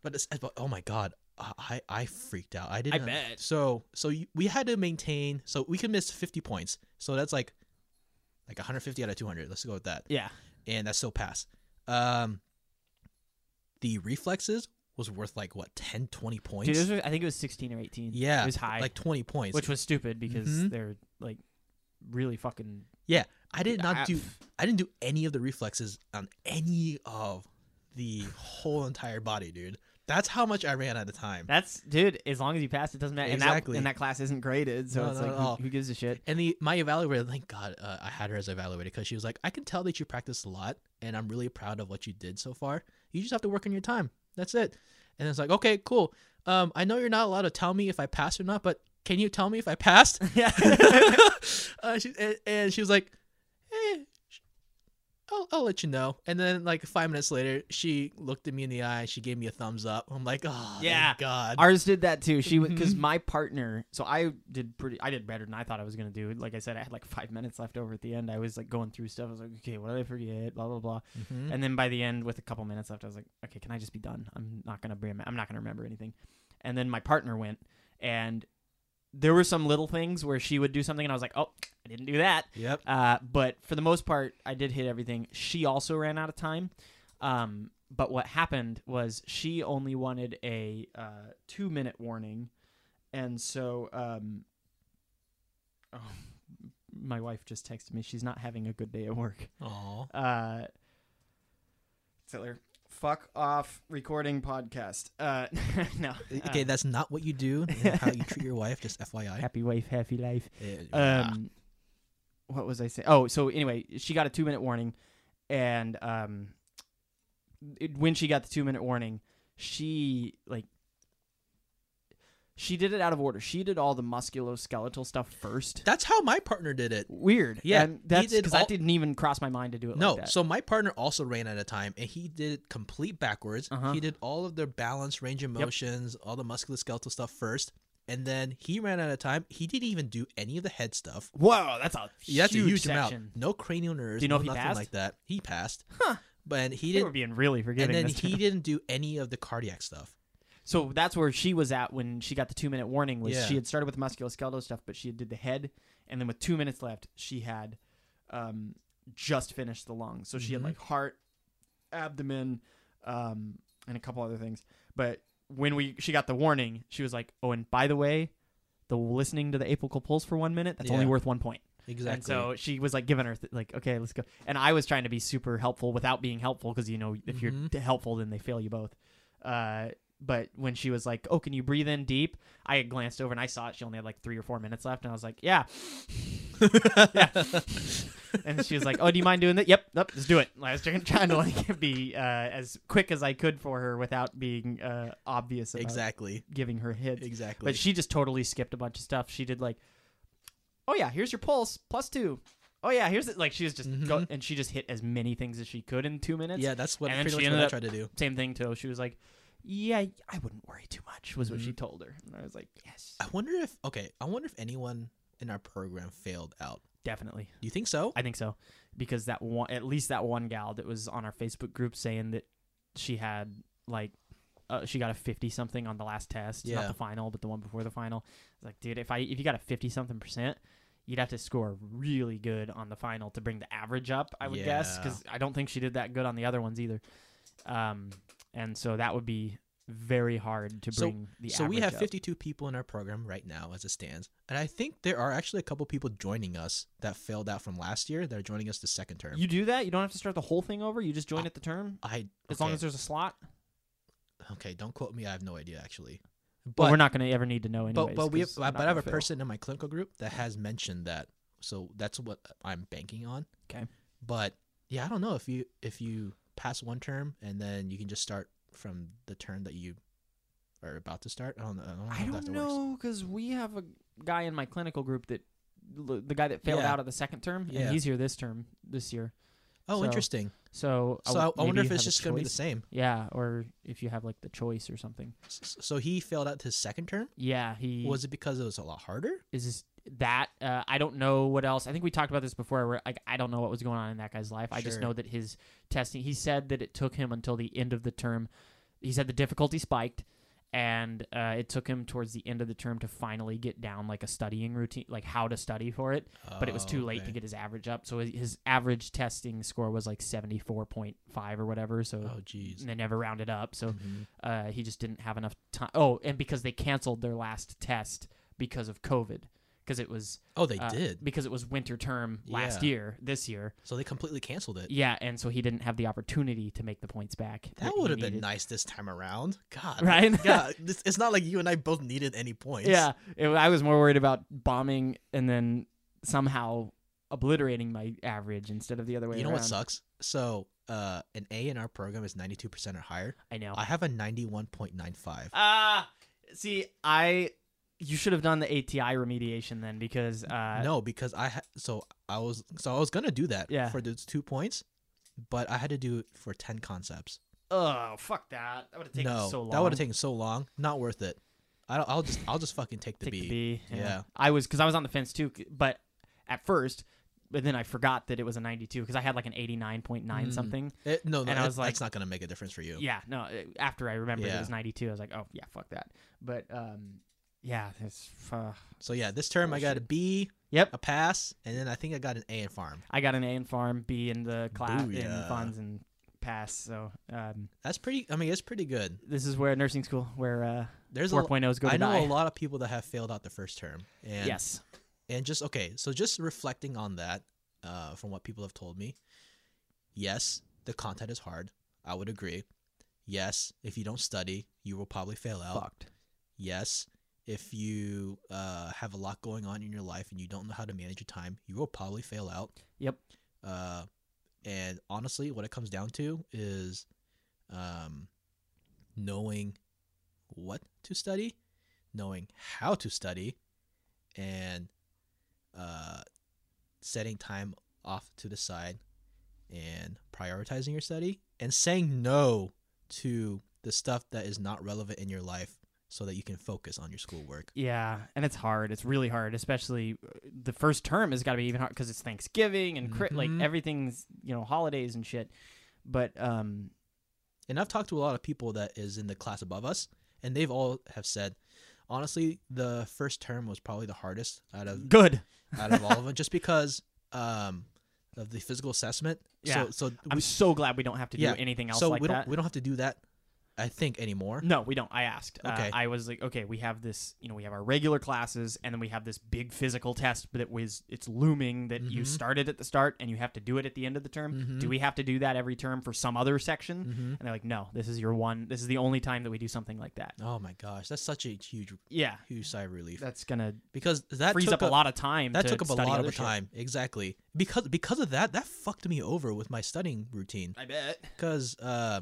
S3: but, it's, but oh my god, I I freaked out. I didn't.
S2: bet.
S3: So so you- we had to maintain. So we could miss fifty points. So that's like like 150 out of 200. Let's go with that
S2: Yeah.
S3: and that still passed. Um, the reflexes was worth like what 10, 20 points.
S2: Dude, this was, I think it was 16 or 18.
S3: yeah,
S2: It was high,
S3: like twenty points.
S2: which was stupid because
S3: Mhm.
S2: they're like really fucking.
S3: I did
S2: I-
S3: not do. I didn't do any of the reflexes on any of the whole entire body, dude. That's how much I ran at the time.
S2: That's dude. As long as you pass, it doesn't matter.
S3: Exactly.
S2: And that and that class isn't graded, so
S3: No,
S2: it's
S3: not
S2: like
S3: at
S2: who-
S3: all.
S2: who, gives a shit?
S3: And the my evaluator, thank God, uh, I had her as evaluator because she was like, I can tell that you practiced a lot, and I'm really proud of what you did so far. You just have to work on your time. That's it. And it's like, okay, cool. Um, I know you're not allowed to tell me if I passed or not, but can you tell me if I passed?
S2: Yeah.
S3: uh, she, and, and she was like, eh, sh- I'll, I'll let you know. And then like five minutes later, she looked at me in the eye. She gave me a thumbs up. I'm like, oh, yeah,
S2: Yeah.
S3: God.
S2: Ours did that too. She because
S3: Mm-hmm.
S2: my partner. So I did pretty. I did better than I thought I was gonna do. Like I said, I had like five minutes left over at the end. I was like going through stuff. I was like, okay, what did I forget? Blah blah blah.
S3: Mhm.
S2: And then by the end, with a couple minutes left, I was like, okay, can I just be done? I'm not gonna. Rem- I'm not gonna remember anything. And then my partner went, and there were some little things where she would do something, and I was like, oh, I didn't do that.
S3: Yep.
S2: Uh, but for the most part, I did hit everything. She also ran out of time. Um, but what happened was she only wanted a uh, two minute warning. And so, um, oh, my wife just texted me. She's not having a good day at work.
S3: Aw.
S2: Uh,
S1: Hitler.
S2: fuck off recording podcast. Uh, no.
S3: Okay,
S2: Uh,
S3: that's not what you do. and how you treat your wife, just FYI.
S2: happy wife, happy life.
S3: Yeah.
S2: Um, what was I saying? Oh, so anyway, she got a two minute warning, and um, it, when she got the two minute warning, she like she did it out of order. She did all the musculoskeletal stuff first.
S3: That's how my partner did it.
S2: Weird.
S3: Yeah,
S2: and
S3: he
S2: that's
S3: did
S2: because
S3: all-
S2: that didn't even cross my mind to do it.
S3: No,
S2: like that.
S3: so my partner also ran at a time, and he did complete backwards.
S2: Uh-huh.
S3: He did all of the balance, range of
S2: Yep.
S3: motions, all the musculoskeletal stuff first, and then he ran out of time. He didn't even do any of the head stuff.
S2: whoa, that's a
S3: Yeah, that's
S2: huge,
S3: a huge amount.
S2: section.
S3: No cranial nerves.
S2: Do you know
S3: no
S2: if he
S3: nothing
S2: passed?
S3: like that. He passed.
S2: Huh.
S3: But he
S2: They were
S3: didn't.
S2: being really
S3: And
S2: forgiving.
S3: then
S2: this
S3: he
S2: time.
S3: didn't do any of the cardiac stuff.
S2: So that's where she was at when she got the two minute warning. Was
S3: Yeah.
S2: she had started with musculoskeletal stuff, but she had did the head, and then with two minutes left, she had um, just finished the lungs. So she had
S3: Mhm.
S2: like heart, abdomen, um, and a couple other things. But when we she got the warning, she was like, "Oh, and by the way, the listening to the apical pulse for one minute that's only
S3: Yeah.
S2: worth one point."
S3: Exactly.
S2: And so she was like giving her th- like, "Okay, let's go." And I was trying to be super helpful without being helpful because you know if you're
S3: Mhm.
S2: t- helpful, then they fail you both. Uh, but when she was like, "Oh, can you breathe in deep?" I had glanced over and I saw it. She only had like three or four minutes left, and I was like, "Yeah." yeah. And she was like, "Oh, do you mind doing that?" Yep, yep, just do it. I was trying trying to like be uh, as quick as I could for her without being uh, obvious about
S3: exactly.
S2: giving her hits.
S3: Exactly.
S2: But she just totally skipped a bunch of stuff. She did like, oh yeah, here's your pulse plus two. Oh yeah, here's it. Like she was just go,
S3: Mhm.
S2: and she just hit as many things as she could in two minutes.
S3: yeah, that's what
S2: and then
S3: pretty
S2: she ended
S3: much what I
S2: up-
S3: tried to do.
S2: Same thing too. She was like, yeah, I wouldn't worry too much. Was what she
S3: Mhm.
S2: told her, and I was like, yes,
S3: I wonder if okay. I wonder if anyone in our program failed out.
S2: definitely.
S3: Do you think so?
S2: I think so because that one, at least that one gal that was on our Facebook group saying that she had like. Uh, she got a 50 something on the last test
S3: Yeah.
S2: not the final but the one before the final it's like dude if i if you got a 50 something percent you'd have to score really good on the final to bring the average up i would guess
S3: Yeah.
S2: 'cause guess because i don't think she did that good on the other ones either
S4: Um, and so that would be very hard to
S3: So-
S4: bring the
S3: so we
S4: average
S3: have
S4: up.
S3: 52 people in our program right now as it stands and i think there are actually a couple people joining us that failed out from last year that are joining us the second term
S2: You do that. You don't have to start the whole thing over. You just join at the term
S3: i
S2: as
S3: okay,
S2: long as there's a slot.
S3: okay don't quote me i have no idea actually
S4: But
S3: but
S4: we're not going to ever need to know anyways.
S3: but, but we
S4: 'cause
S3: have,
S4: we're
S3: but
S4: not
S3: i have
S4: gonna
S3: a
S4: fail.
S3: person in my clinical group that has mentioned that so that's what i'm banking on
S4: Okay.
S3: but yeah i don't know if you if you pass one term and then you can just start from the term that you are about to start i don't know i don't know,
S2: I
S3: if that's
S2: don't
S3: the worst.
S2: know because we have a guy in my clinical group that l- the guy that failed
S3: Yeah.
S2: out of the second term,
S3: Yeah.
S2: and he's here this term this year.
S3: oh
S2: So-
S3: interesting
S4: So,
S3: so i, I
S4: maybe
S3: wonder
S4: you
S3: if it's
S4: have a
S3: just going to be the
S4: choice.
S3: same
S4: Yeah, or if you have like the choice or something.
S3: S- So he failed out his second term.
S4: Yeah, he
S3: Was it because it was a lot harder?
S4: is this, that. Uh, I don't know what else. I think we talked about this before. Where like I don't know what was going on in that guy's life. I just
S3: Sure.
S4: know that his testing. He said that it took him until the end of the term. He said the difficulty spiked, and uh, it took him towards the end of the term to finally get down like a studying routine, like how to study for it. But it was
S3: Oh,
S4: too late to get his average up. So his, his average testing score was like seventy four point five or whatever. So.
S3: Oh jeez.
S4: and they never rounded up, so
S3: Mhm.
S4: uh, he just didn't have enough time. Oh, and because they canceled their last test because of COVID, because it was
S3: Oh, they
S4: uh,
S3: did.
S4: because it was winter term last
S3: Yeah.
S4: year, this year,
S3: So they completely canceled it.
S4: yeah, and so he didn't have the opportunity to make the points back.
S3: That
S4: he
S3: would have been
S4: needed.
S3: nice this time around. God.
S4: right?
S3: God, this, it's not like you and I both needed any points.
S2: Yeah, it, I was more worried about bombing and then somehow obliterating my average instead of the other way.
S3: You know what
S2: around.
S3: sucks? So uh, an A in our program is ninety two percent or higher.
S4: I know.
S3: I have a ninety one point nine five.
S2: Ah, see, I you should have done the ATI remediation then because uh,
S3: no, because I ha- so I was so I was gonna do that
S2: Yeah.
S3: for those two points, but I had to do it for ten concepts.
S2: oh fuck that, that would have taken
S3: no,
S2: so long.
S3: that would have taken so long. Not worth it. I don't, I'll just I'll just fucking take the
S2: Take
S3: B.
S2: the B.
S3: Yeah.
S2: I was because I was on the fence too, c- but at first, but then I forgot that it was a 92 because I had like an 89.9
S3: Mm.
S2: something.
S3: It, no, no,
S2: And I
S3: it-
S2: was like-
S3: that's not gonna make a difference for you.
S2: Yeah, no. it- After I remembered it
S3: Yeah.
S2: was 92, I was like, oh yeah, fuck that. But um, yeah, it's uh,
S3: So yeah, this term I got a B,
S2: Yep.
S3: a pass, and then I think I got an A in farm.
S2: I got an A in farm, B in the class in
S3: Booyah.
S2: funds and pass. So um,
S3: That's pretty. I mean, it's pretty good.
S2: this is where nursing school where uh,
S3: There's a. l-
S2: 4.0s go to
S3: I know
S2: die.
S3: a lot of people that have failed out the first term. And,
S2: Yes.
S3: And just okay, so just reflecting on that, uh, from what people have told me, yes, the content is hard. I would agree. Yes, if you don't study, you will probably fail out.
S2: fucked.
S3: Yes, if you uh, have a lot going on in your life and you don't know how to manage your time, you will probably fail out.
S2: Yep.
S3: Uh, and honestly, what it comes down to is um, knowing what to study, knowing how to study, and uh, setting time off to the side and prioritizing your study and saying no to the stuff that is not relevant in your life so that you can focus on your schoolwork.
S2: Yeah, and it's hard. It's really hard, especially uh, the first term has got to be even hard because it's Thanksgiving and cri- like
S3: Mhm.
S2: everything's you know holidays and shit. But um,
S3: And I've talked to a lot of people that is in the class above us, and they've all have said, honestly, the first term was probably the hardest out of
S2: good.
S3: out of all of them, just because um, of the physical assessment.
S2: Yeah.
S3: So, so
S2: I'm
S3: we,
S2: so glad we don't have to do
S3: Yeah,
S2: anything else
S3: so
S2: like
S3: we don't
S2: that.
S3: we don't have to do that, I think anymore.
S2: no, we don't. I asked.
S3: Okay.
S2: Uh, I was like, okay, we have this. You know, we have our regular classes, and then we have this big physical test that was it's looming that you
S3: Mhm.
S2: started at the start and you have to do it at the end of the term. Do
S3: Mhm.
S2: we have to do that every term for some other section?
S3: Mhm.
S2: And they're like, no, this is your one. This is the only time that we do something like that.
S3: Oh my gosh, that's such a huge
S2: Yeah,
S3: huge sigh of relief
S2: that's gonna
S3: because that
S2: frees
S3: took
S2: up a lot of time.
S3: That
S2: to
S3: took up a
S2: study
S3: lot of
S2: other
S3: the
S2: shit.
S3: time. Exactly. Because because of that, that fucked me over with my studying routine.
S2: I bet.
S3: Because uh,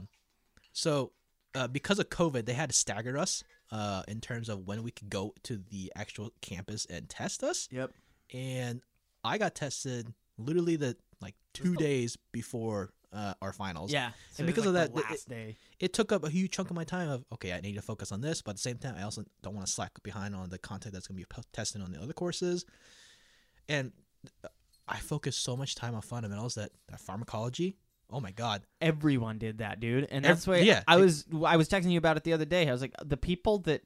S3: so uh, because of COVID, they had to stagger us uh, in terms of when we could go to the actual campus and test us.
S2: Yep.
S3: And I got tested literally the like two days before uh, our finals.
S2: Yeah,
S3: And because of that,
S2: the
S3: it-
S2: last day.
S3: It took up a huge chunk of my time. Of okay, I need to focus on this, but at the same time, I also don't want to slack behind on the content that's going to be po- tested on the other courses. And uh, I focused so much time on fundamentals that, that pharmacology. Oh my god,
S2: Everyone did that, dude, and
S3: Ev-
S2: that's why
S3: yeah,
S2: I
S3: it-
S2: was I was texting you about it the other day. I was like, the people that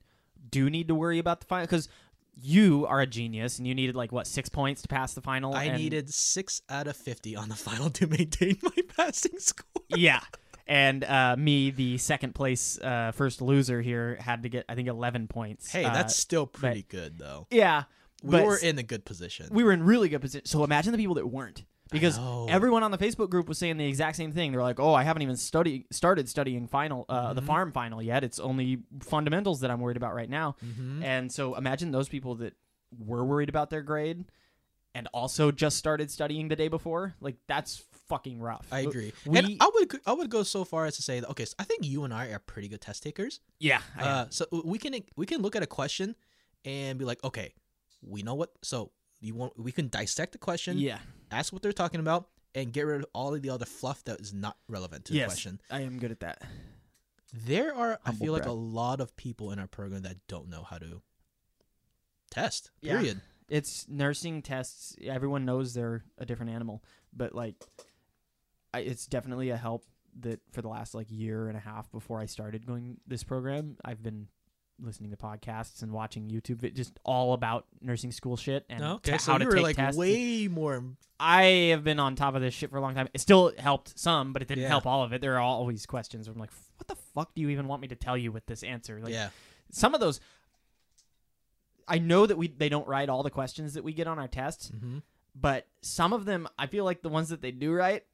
S2: do need to worry about the final because you are a genius and you needed like what six points to pass the final.
S3: I
S2: and-
S3: needed six out of fifty on the final to maintain my passing score.
S2: yeah, And uh, me, the second place, uh, first loser here, had to get I think eleven points.
S3: Hey,
S2: Uh,
S3: that's still pretty good though.
S2: yeah.
S3: We
S2: but
S3: were
S2: s-
S3: in a good position.
S2: we were in really good position. So imagine the people that weren't, because
S3: know.
S2: everyone on the Facebook group was saying the exact same thing. They're like, "Oh, I haven't even study started studying final uh, the
S3: Mhm.
S2: farm final yet. It's only fundamentals that I'm worried about right now."
S3: Mhm.
S2: And so imagine those people that were worried about their grade and also just started studying the day before. Like that's fucking rough.
S3: I agree.
S2: we-
S3: and I would I would go so far as to say that, okay, so I think you and I are pretty good test takers.
S2: Yeah. I am.
S3: Uh, so we can we can look at a question and be like, okay, we know what. So you want we can dissect the question,
S2: yeah.
S3: ask what they're talking about, and get rid of all of the other fluff that is not relevant to
S2: Yes.
S3: the question.
S2: I am good at that.
S3: There are
S1: Humble
S3: I feel like
S1: brag.
S3: a lot of people in our program that don't know how to test.
S2: Yeah.
S3: Period.
S2: It's nursing tests. Everyone knows they're a different animal, but like, I, it's definitely a help that for the last like year and a half before I started going this program, I've been listening to podcasts and watching YouTube, vi- just all about nursing school shit and
S3: Oh, Okay,
S2: ta-
S3: so
S2: how to
S3: you were
S2: take
S3: like
S2: tests.
S3: way more.
S2: I have been on top of this shit for a long time. It still helped some, but it didn't
S3: Yeah.
S2: help all of it. There are always questions where I'm like, what the fuck do you even want me to tell you with this answer? Like,
S3: yeah,
S2: some of those I know that we they don't write all the questions that we get on our tests,
S3: hmm
S2: but some of them I feel like the ones that they do write,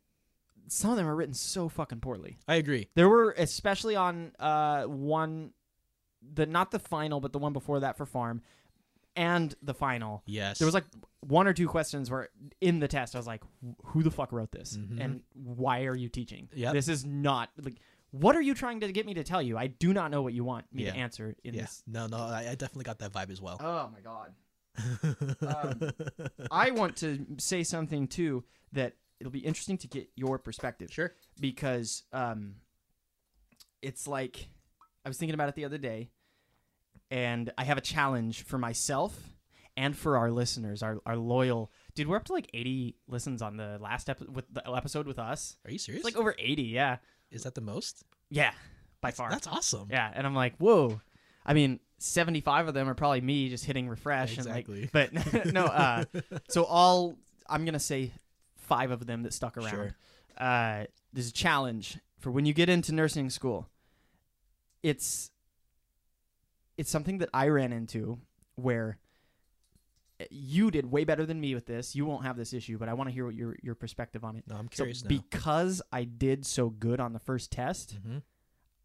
S2: some of them are written so fucking poorly.
S3: I agree.
S2: There were especially on uh one the not the final, but the one before that for farm and the final.
S3: Yes,
S2: There was like one or two questions where in the test I was like, who the fuck wrote this?
S3: Mhm.
S2: And why are you teaching?
S3: Yep.
S2: This is not like what are you trying to get me to tell you? I do not know what you want me
S3: Yeah.
S2: to answer in
S3: yeah.
S2: this
S3: No, no, I, I definitely got that vibe as well.
S2: Oh my god. Um, I want to say something too that it'll be interesting to get your perspective
S3: sure.
S2: because um it's like I was thinking about it the other day and I have a challenge for myself and for our listeners, our our loyal dude, we're up to like 80 listens on the last episode with the episode with us.
S3: Are you serious?
S2: It's like over 80, yeah.
S3: Is that the most?
S2: Yeah, by far.
S3: That's awesome.
S2: Yeah, and I'm like, whoa. I mean, 75 of them are probably me just hitting refresh
S3: Exactly.
S2: and like, but no, uh, so all I'm gonna say five of them that stuck around.
S3: Sure.
S2: Uh, there's a challenge for when you get into nursing school. It's it's something that I ran into where eh, you did way better than me with this. You won't have this issue, but I want to hear what your your perspective on it.
S3: No, I'm
S2: So
S3: curious now.
S2: because I did so good on the first test,
S3: Mhm.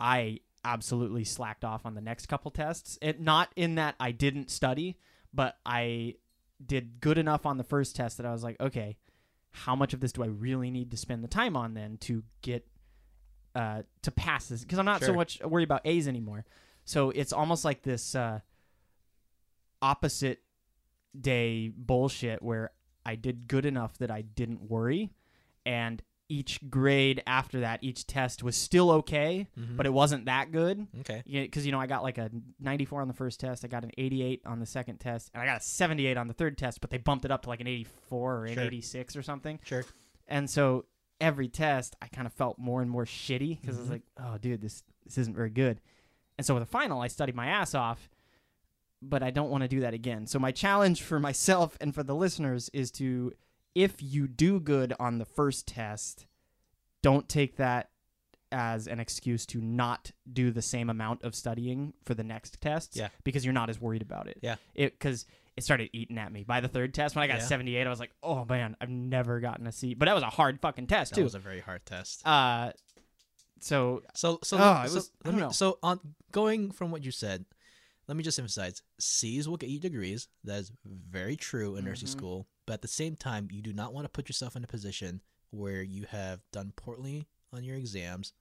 S2: I absolutely slacked off on the next couple tests. It not in that I didn't study, but I did good enough on the first test that I was like, okay, how much of this do I really need to spend the time on then to get uh, to pass this? Because I'm not so
S3: Sure.
S2: much worried about A's anymore. So it's almost like this uh, opposite day bullshit where I did good enough that I didn't worry, and each grade after that, each test was still okay,
S3: Mhm.
S2: but it wasn't that good.
S3: okay.
S2: Because, you know, I got like a 94 on the first test, I got an 88 on the second test, and I got a 78 on the third test, but they bumped it up to like an 84 or an
S3: Sure.
S2: 86 or something.
S3: Sure.
S2: And so every test, I kind of felt more and more shitty because I was
S3: Mhm.
S2: like, oh, dude, this, this isn't very good. And so with the final, I studied my ass off, but I don't want to do that again. So my challenge for myself and for the listeners is to, if you do good on the first test, don't take that as an excuse to not do the same amount of studying for the next test
S3: Yeah.
S2: because you're not as worried about it.
S3: Yeah.
S2: It because it started eating at me. By the third test, when I got
S3: Yeah.
S2: 78, I was like, oh man, I've never gotten a C. But that was a hard fucking test
S3: That
S2: too.
S3: was a very hard test.
S2: uh so
S3: So, so,
S2: Oh, it
S3: so,
S2: was- I
S3: let
S2: don't
S3: me,
S2: know.
S3: so on going from what you said, let me just emphasize: C's will get you degrees. That is very true in nursing
S2: Mhm.
S3: school. But at the same time, you do not want to put yourself in a position where you have done poorly on your exams,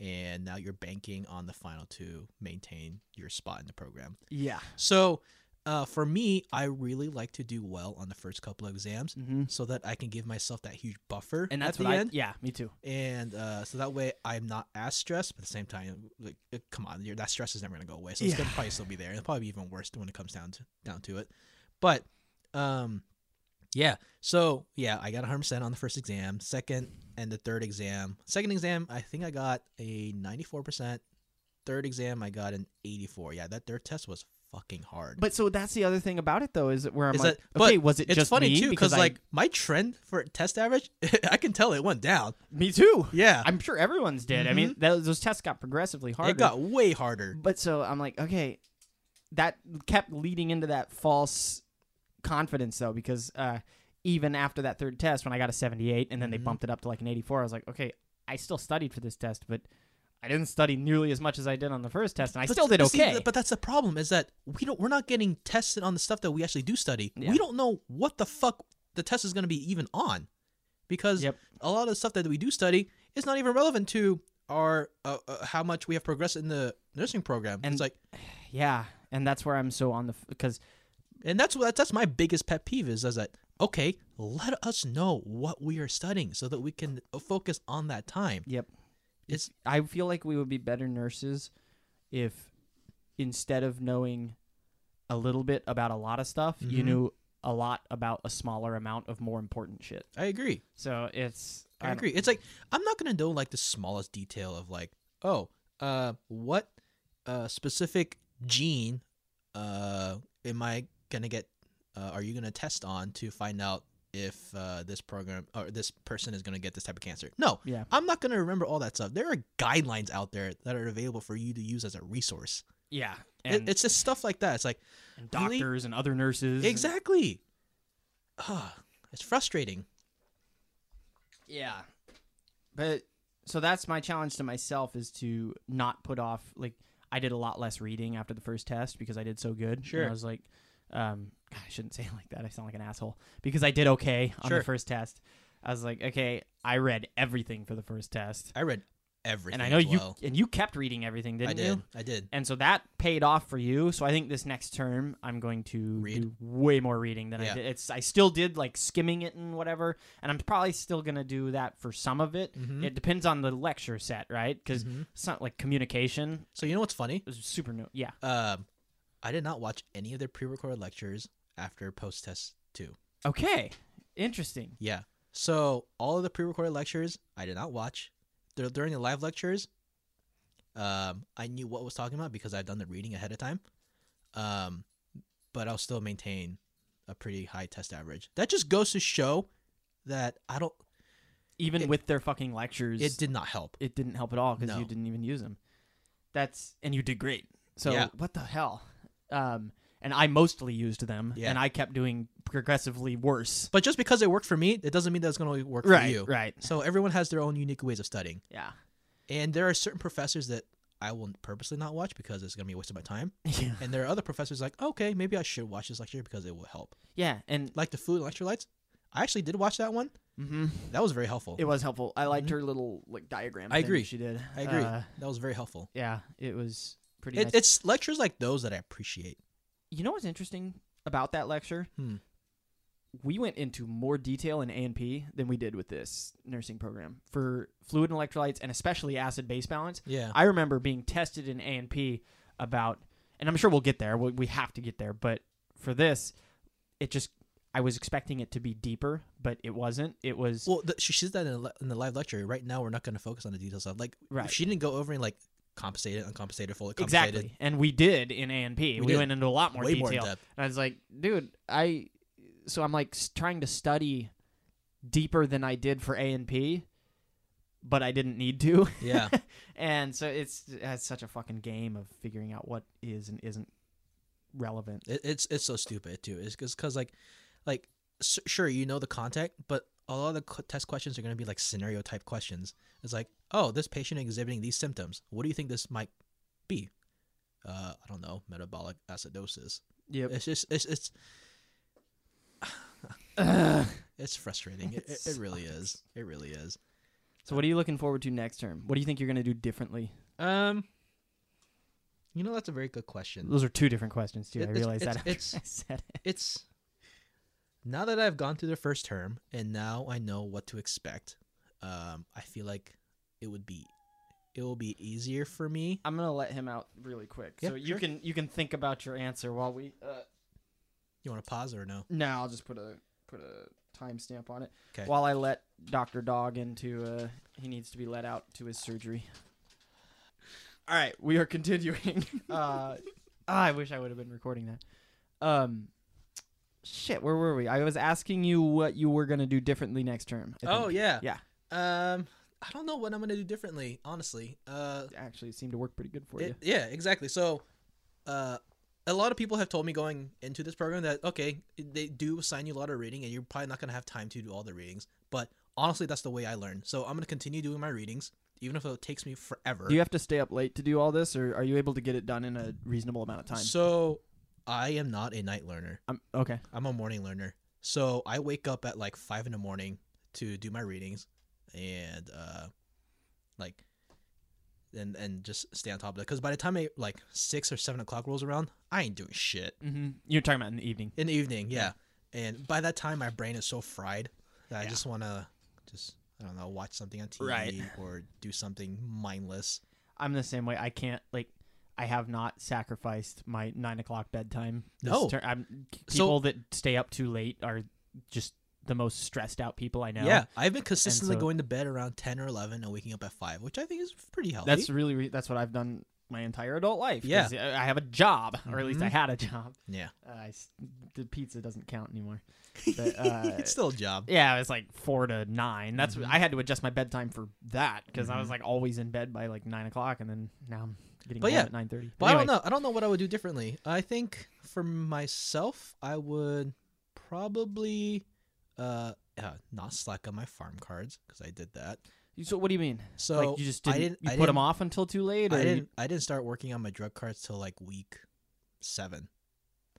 S3: and now you're banking on the final to maintain your spot in the program.
S2: yeah.
S3: So, uh, for me, I really like to do well on the first couple of exams.
S2: Mm-hmm.
S3: So that I can give myself that huge buffer
S2: And that's
S3: at the
S2: what I
S3: end
S2: yeah, me too.
S3: and uh, so that way I'm not as stressed, but at the same time, like, uh, come on, you're, that stress is never gonna go away. So it's
S2: Yeah.
S3: gonna probably still be there. It'll probably be even worse when it comes down to down to it. But, um, yeah. So yeah, I got 100 percent on the first exam, second and the third exam. Second exam, I think I got a 94 percent. Third exam, I got an 84. Yeah, that third test was fucking hard.
S2: But so that's the other thing about it though is that where I'm
S3: Is
S2: like,
S3: that- but
S2: okay, was it
S3: it's
S2: just
S3: funny
S2: me?
S3: too because
S2: Because I-
S3: like my trend for test average, I can tell it went down.
S2: me too.
S3: Yeah, Mm-hmm.
S2: I'm sure everyone's did. I mean, those, those tests got progressively harder.
S3: it got way harder.
S2: But so I'm like, okay, that kept leading into that false confidence though, because uh, even after that third test, when I got a 78 and then they
S3: Mhm.
S2: bumped it up to like an 84, I was like, okay, I still studied for this test, but I didn't study nearly as much as I did on the first test, and I
S3: But-
S2: still did
S3: but see,
S2: okay.
S3: but that's the problem is that we don't. We're not getting tested on the stuff that we actually do study.
S2: Yeah.
S3: We don't know what the fuck the test is going to be even on, because
S2: Yep.
S3: a lot of the stuff that we do study is not even relevant to our uh, uh, how much we have progressed in the nursing program.
S2: And-
S3: it's like,
S2: yeah, and that's where I'm so on the because
S3: and that's what that's my biggest pet peeve is, is that okay, let us know what we are studying so that we can focus on that time.
S2: Yep.
S3: It's
S2: I feel like we would be better nurses if instead of knowing a little bit about a lot of stuff, you
S3: Mhm.
S2: knew a lot about a smaller amount of more important shit.
S3: I agree.
S2: So it's um,
S3: I,
S2: don't-
S3: agree. It's like I'm not gonna know like the smallest detail of like, oh, uh, what uh specific gene uh am I gonna get? Uh, are you gonna test on to find out if uh, this program or this person is gonna get this type of cancer? No,
S2: Yeah.
S3: I'm not gonna remember all that stuff. There are guidelines out there that are available for you to use as a resource.
S2: Yeah.
S3: It-
S2: And,
S3: it's just stuff like that. It's like
S2: and
S3: really-
S2: doctors and other nurses. and-
S3: exactly. Ah, it's frustrating.
S2: yeah. But so that's my challenge to myself is to not put off like I did a lot less reading after the first test because I did so good. and
S3: Sure.
S2: I was like, um, God, I shouldn't say it like that. I sound like an asshole because I did okay on
S3: Sure.
S2: the first test. I was like, okay, I read everything for the first test,
S3: I read everything.
S2: and I know
S3: as
S2: you
S3: well.
S2: and you kept reading everything, didn't
S3: I did.
S2: you?
S3: I did.
S2: And so that paid off for you. So I think this next term I'm going to
S3: Read.
S2: do way more reading than I
S3: Yeah.
S2: did. It's I still did like skimming it and whatever, and I'm probably still gonna do that for some of it.
S3: Mhm.
S2: It depends on the lecture set, right? Because
S3: Mhm.
S2: it's not like communication.
S3: So you know what's funny?
S2: It was super new. Yeah.
S3: Um, I did not watch any of their pre-recorded lectures after post-test two.
S2: Okay. Interesting.
S3: Yeah. So all of the pre-recorded lectures I did not watch. Dur- During the live lectures, um, I knew what was talking about because I've done the reading ahead of time. Um, but I'll still maintain a pretty high test average. That just goes to show that I don't.
S2: Even
S3: It-
S2: with their fucking lectures,
S3: It did not help.
S2: it didn't help at all because you
S3: No.
S2: didn't even use them. That's and you did great. So
S3: Yeah.
S2: what the hell? Um, and I mostly used them,
S3: Yeah.
S2: and I kept doing progressively worse.
S3: But just because it worked for me, it doesn't mean that it's going to work for you.
S2: right.
S3: So everyone has their own unique ways of studying.
S2: Yeah.
S3: And there are certain professors that I will purposely not watch because it's going to be a waste of my time.
S2: Yeah.
S3: And there are other professors like, okay, maybe I should watch this lecture because it will help.
S2: Yeah, and
S3: Like the food and electrolytes. I actually did watch that one.
S2: mhm.
S3: That was very helpful.
S2: it was helpful. I liked her little like diagram.
S3: Mm-hmm. I
S2: thing
S3: agree.
S2: She did.
S3: I agree.
S2: Uh,
S3: that was very helpful.
S2: yeah, it was pretty.
S3: It,
S2: nice.
S3: It's lectures like those that I appreciate.
S2: you know what's interesting about that lecture?
S3: Hmm.
S2: We went into more detail in A and P than we did with this nursing program for fluid and electrolytes, and especially acid base balance.
S3: Yeah.
S2: I remember being tested in A and P about, and I'm sure we'll get there. We, we have to get there, but for this, it just I was expecting it to be deeper, but it wasn't. It was
S3: Well, the, she said that in, the le- in the live lecture. Right now, we're not going to focus on the details of like,
S2: Right.
S3: she didn't go over and like compensated, uncompensated, fully compensated.
S2: exactly, and we did in A and P.
S3: We
S2: We,
S3: did.
S2: went into a lot more
S3: Way more in
S2: detail.
S3: depth.
S2: And I was like, dude, I so I'm like s- trying to study deeper than I did for A and P, but I didn't need to.
S3: Yeah.
S2: and so it's it's such a fucking game of figuring out what is and isn't relevant.
S3: It, it's it's so stupid too. It's because like, like s- sure you know the contact, but a lot of the qu- test questions are going to be like scenario type questions. It's like, oh, this patient exhibiting these symptoms. What do you think this might be? Uh, I don't know, metabolic acidosis.
S2: Yep.
S3: It's just it's it's
S2: Ugh.
S3: it's frustrating. It, it, it really is. It really is.
S2: So what are you looking forward to next term? What do you think you're going to do differently?
S3: Um, you know that's a very good question.
S2: Those are two different questions too.
S3: It-
S2: I
S3: it's-
S2: realize
S3: it's-
S2: that after
S3: it's-
S2: I said it.
S3: It's now that I've gone through the first term and now I know what to expect. Um, I feel like it would be it will be easier for me.
S2: I'm going to let him out really quick.
S3: Yeah,
S2: so you
S3: sure.
S2: can you can think about your answer while we uh
S3: You want to pause or no?
S2: No, I'll just put a put a timestamp on it.
S3: 'Kay.
S2: While I let Doctor Dog into, uh, he needs to be let out to his surgery. All right, we are continuing. Uh, Ah, I wish I would have been recording that. Um, shit, where were we? I was asking you what you were gonna do differently next term. I
S3: Oh
S2: think.
S3: yeah.
S2: Yeah.
S3: Um, I don't know what I'm gonna do differently, honestly. Uh,
S2: actually, it seemed to work pretty good for you.
S3: it- yeah, exactly. So, uh, a lot of people have told me going into this program that okay, they do assign you a lot of reading, and you're probably not gonna have time to do all the readings. But honestly, that's the way I learn. So I'm gonna continue doing my readings, even if it takes me forever.
S2: Do you have to stay up late to do all this, or are you able to get it done in a reasonable amount of time?
S3: So, I am not a night learner.
S2: I'm, okay.
S3: I'm a morning learner. So I wake up at like five in the morning to do my readings and uh like and and just stay on top of it. Because by the time I like six or seven o'clock rolls around, I ain't doing shit.
S2: Mm-hmm.
S4: You're talking about in the evening.
S3: In the evening, yeah. And by that time my brain is so fried that I
S4: Yeah.
S3: just wanna just I don't know, watch something on TV
S4: Right.
S3: or do something mindless.
S2: I'm the same way. I can't like. I have not sacrificed my nine o'clock bedtime. this
S3: No.
S4: Ter- I'm,
S3: So-
S4: people that stay up too late are just the most stressed out people I know.
S3: Yeah. I've been consistently
S4: so-
S3: going to bed around ten or eleven and waking up at five, which I think is pretty healthy.
S2: That's really re- that's what I've done my entire adult life. 'cause I I have a job, or at least I
S3: Mhm.
S2: had a job.
S3: Yeah.
S2: Uh, I s the pizza doesn't count anymore. But, uh,
S3: it's still a job.
S2: yeah, it was like
S4: Four to nine.
S2: that's
S4: That's
S2: what
S3: Mm-hmm.
S4: what
S2: I had to adjust my bedtime for that because I was
S3: Mhm.
S2: like always in bed by like nine o'clock, and then now I'm getting
S3: But
S2: home
S3: yeah.
S2: at nine thirty.
S3: But I don't know. I don't know what I would do differently. I think for myself, I would probably uh, uh not slack on my farm cards because I did that.
S2: So what do you mean?
S3: So
S2: like you just didn't,
S3: I didn't.
S2: you
S3: I
S2: put
S3: didn't,
S2: them off until too late? Or
S3: I
S2: you-
S3: didn't. I didn't start working on my drug cards till like week seven.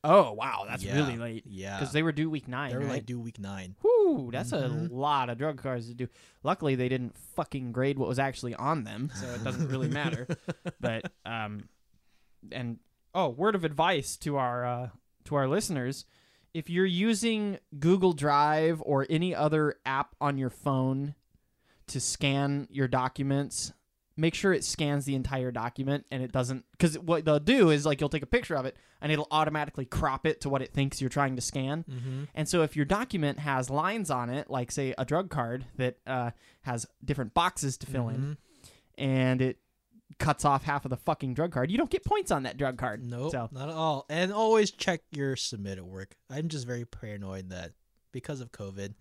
S2: oh wow, that's
S3: Yeah.
S2: really late
S3: Yeah,
S2: because they were due week nine.
S3: they were
S2: right?
S3: like due week nine.
S2: Whew, that's
S3: Mhm.
S2: a lot of drug cards to do. Luckily, they didn't fucking grade what was actually on them, so it doesn't really matter. But um, and oh, word of advice to our uh, to our listeners: if you're using Google Drive or any other app on your phone to scan your documents, make sure it scans the entire document and it doesn't. Because what they'll do is like you'll take a picture of it and it'll automatically crop it to what it thinks you're trying to scan.
S3: Mm-hmm.
S2: And so if your document has lines on it, like say a drug card that uh, has different boxes to fill in, and it cuts off half of the fucking drug card, you don't get points on that drug card.
S3: Nope,
S2: So
S3: not at all. And always check your submitted work. I'm just very paranoid that because of COVID,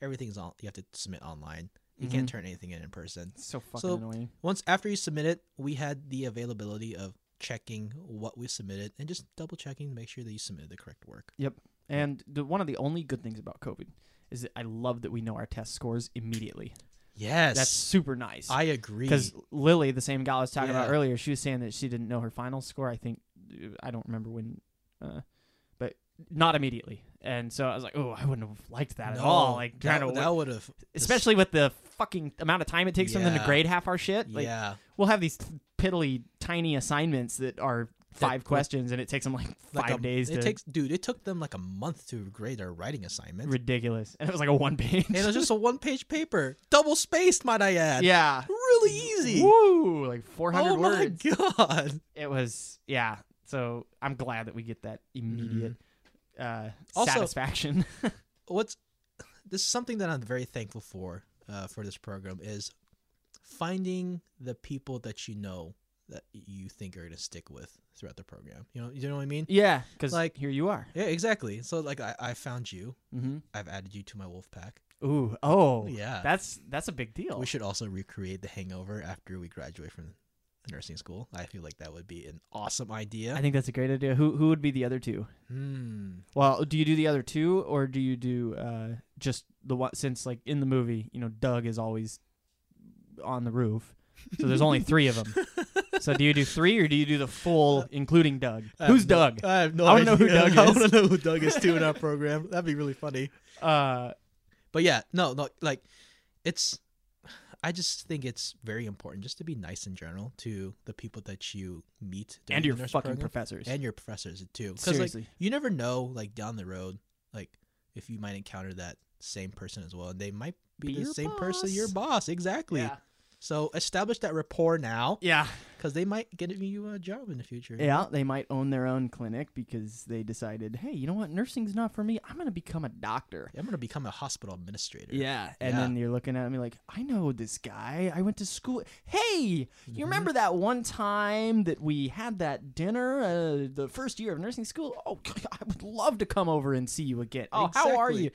S3: everything's on. You have to submit online. You
S2: Mm-hmm.
S3: can't turn anything in in person.
S2: it's so fucking
S3: So-
S2: annoying.
S3: Once after you submit it, we had the availability of checking what we submitted and just double checking to make sure that you submitted the correct work.
S2: And the, one of the only good things about COVID is that I love that we know our test scores immediately.
S3: Yes,
S2: That's super nice.
S3: I agree.
S2: Because Lily, the same gal I was talking about
S3: Yeah.
S2: earlier, she was saying that she didn't know her final score. I think uh, I don't remember when, uh, but not immediately. And so I was like, oh, I wouldn't have liked that at all. Like trying
S3: that,
S2: to,
S3: that would have
S2: especially with the fucking amount of time it takes for them to
S3: Yeah.
S2: grade half our shit. Like
S3: yeah
S2: we'll have these piddly tiny assignments that are five
S3: will-
S2: questions, and it takes them like
S3: like
S2: five
S3: a-
S2: days.
S3: It
S2: to,
S3: takes dude. It took them like a month to grade our writing assignment,
S2: ridiculous, and it was like a one page.
S3: and it was just a one page paper, double spaced, might I add.
S2: yeah.
S3: really easy.
S2: Woo! Like four hundred
S3: Oh my
S2: words.
S3: god.
S2: it was yeah so i'm glad that we get that immediate uh
S3: Mm-hmm. Also-
S2: satisfaction
S3: what's this is something that I'm very thankful for uh, for this program is finding the people that you know that you think are going to stick with throughout the program. You know, you know what I mean?
S2: yeah because like
S3: Like-
S2: here you are
S3: Yeah, exactly. So like I, I found you.
S2: mm-hmm.
S3: I've added you to my wolf pack.
S2: ooh oh
S3: yeah.
S2: that's that's a big deal
S3: we should also recreate the hangover after we graduate from nursing school. I feel like that would be an awesome idea.
S2: i think that's a great idea who who would be the other two
S3: hmm.
S2: well do you do the other two or do you do uh just the one since like in the movie you know doug is always on the roof so there's only three of them so do you do three or do you do the full including doug
S3: I have
S2: who's
S3: Uh, no-
S2: doug
S3: I have no
S2: I wanna know who
S3: idea.
S2: Doug
S3: I
S2: is.
S3: want to know who Doug is too in our program. That'd be really funny.
S2: uh
S3: But yeah, no, no, like it's. I just think it's very important just to be nice in general to the people that you meet during
S2: and
S3: the
S2: your
S3: nurse
S2: fucking
S3: program.
S2: professors
S3: and your professors too. Because like
S2: seriously
S3: you never know, like down the road, like if you might encounter that same person as well, and they might be,
S2: Be
S3: the
S2: your
S3: same person, your
S2: boss.
S3: boss, exactly.
S2: Yeah.
S3: So establish that rapport now,
S2: Yeah.
S3: because they might get you a job in the future.
S2: Yeah, they might own their own clinic because they decided, hey, you know what? Nursing's not for me. I'm going to become a doctor.
S3: I'm gonna become a hospital administrator.
S2: Yeah. And
S3: Yeah.
S2: then you're looking at me like, I know this guy. I went to school. Hey, you remember that one time that we had that dinner uh, the first year of nursing school? Oh, I would love to come over and see you again. Oh, how are
S3: Exactly.
S2: you?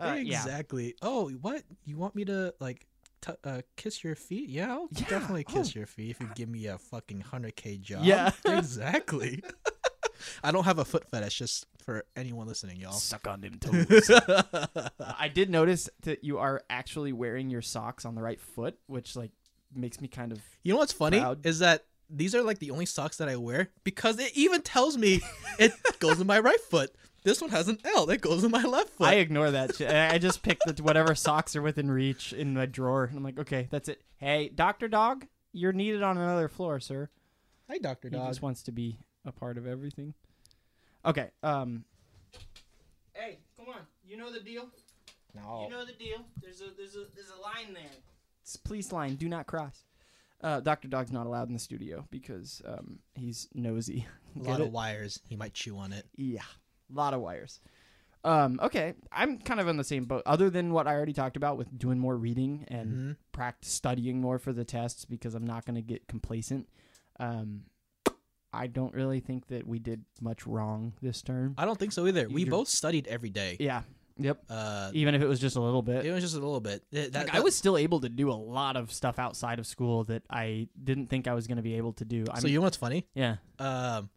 S2: Uh, yeah.
S3: exactly. Oh, what you want me to like t- uh, kiss your feet? Yeah, I'll
S2: Yeah.
S3: definitely kiss
S2: Oh.
S3: your feet if you give me a fucking hundred k job.
S2: Yeah.
S3: exactly. I don't have a foot fetish, just for anyone listening, y'all.
S2: Suck on them toes. I did notice that you are actually wearing your socks on the right foot, which like makes me kind of
S3: You know what's funny
S2: Proud.
S3: is that these are like the only socks that I wear because it even tells me it goes in my right foot. This one has an L. It goes in my left foot.
S2: I ignore that shit. I I just pick the, whatever socks are within reach in my drawer, and I'm like, okay, that's it. Hey, Doctor Dog, you're needed on another floor, sir.
S3: Hi, Doctor
S2: He just wants to be a part of everything. Okay. Um. Hey, come on. You know the deal.
S3: No.
S2: know the deal. There's a there's a there's a line there. It's a police line. Do not cross. Uh, Doctor Dog's not allowed in the studio because um, he's nosy.
S3: A
S2: Get
S3: lot
S2: it?
S3: of wires. He might chew on it.
S2: Yeah, a lot of wires. Um, okay, I'm kind of on the same boat. Other than what I already talked about with doing more reading and
S3: Mhm.
S2: practice studying more for the tests because I'm not going to get complacent. Um, I don't really think that we did much wrong this term.
S3: I don't think so either. We
S2: You're-
S3: both studied every day.
S2: Yeah. Yep.
S3: Uh,
S2: Even if it was just a little bit.
S3: it was just a little bit. Th- that-
S2: like, I
S3: that-
S2: was still able to do a lot of stuff outside of school that I didn't think I was going to be able to do. I
S3: so
S2: mean,
S3: you know what's funny?
S2: yeah.
S3: Um,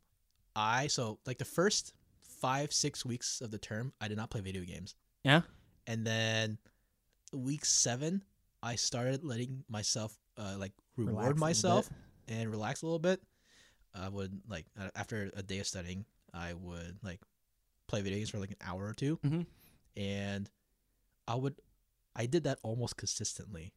S3: I so like the first five six weeks of the term, I did not play video games.
S2: Yeah?
S3: and then week seven, I started letting myself uh like
S2: Relax a
S3: reward
S2: little
S3: myself
S2: bit.
S3: and relax a little bit. I would like a- after a day of studying, I would like play video games for like an hour or 2
S2: Mhm.
S3: and I would. I did that almost consistently,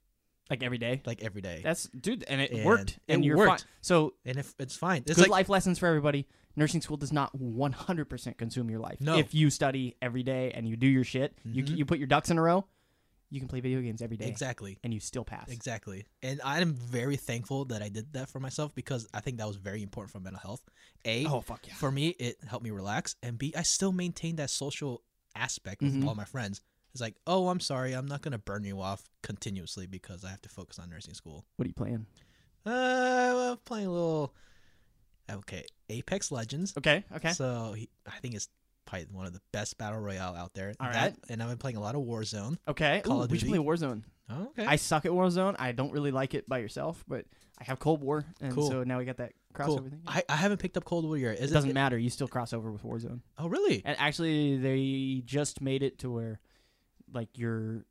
S2: Like every day.
S3: like every day,
S2: That's dude, and it
S3: And
S2: worked, and
S3: it
S2: you're
S3: worked.
S2: fine. So
S3: and if it's fine, it's
S2: good
S3: like
S2: life lessons for everybody. Nursing school does not 100% consume your life.
S3: No.
S2: If you study every day and you do your shit, you
S3: Mhm.
S2: you put your ducks in a row, you can play video games every day
S3: exactly.
S2: and you still pass.
S3: Exactly. And I am very thankful that I did that for myself because I think that was very important for mental health. A,
S2: Oh fuck yeah.
S3: for me, it helped me relax. And B, I still maintained that social aspect with
S2: Mhm.
S3: all my friends. It's like, oh, I'm sorry. I'm not going to burn you off continuously because I have to focus on nursing school.
S2: What are you playing?
S3: Uh, well, playing a little. Okay. Apex Legends.
S2: Okay, okay.
S3: So he, I think it's probably one of the best battle royale out there.
S2: All
S3: That- And I've been playing a lot of Warzone.
S2: okay.
S3: Call
S2: Ooh,
S3: of
S2: we should play
S3: Duty.
S2: Warzone.
S3: Oh, okay.
S2: I suck at Warzone. I don't really like it by yourself, but I have Cold War and
S3: Cool.
S2: so now we got that crossover
S3: cool.
S2: thing.
S3: I, I haven't picked up Cold War yet. Is
S2: it doesn't matter. You still cross over with Warzone.
S3: Oh, really?
S2: And actually, they just made it to where, like your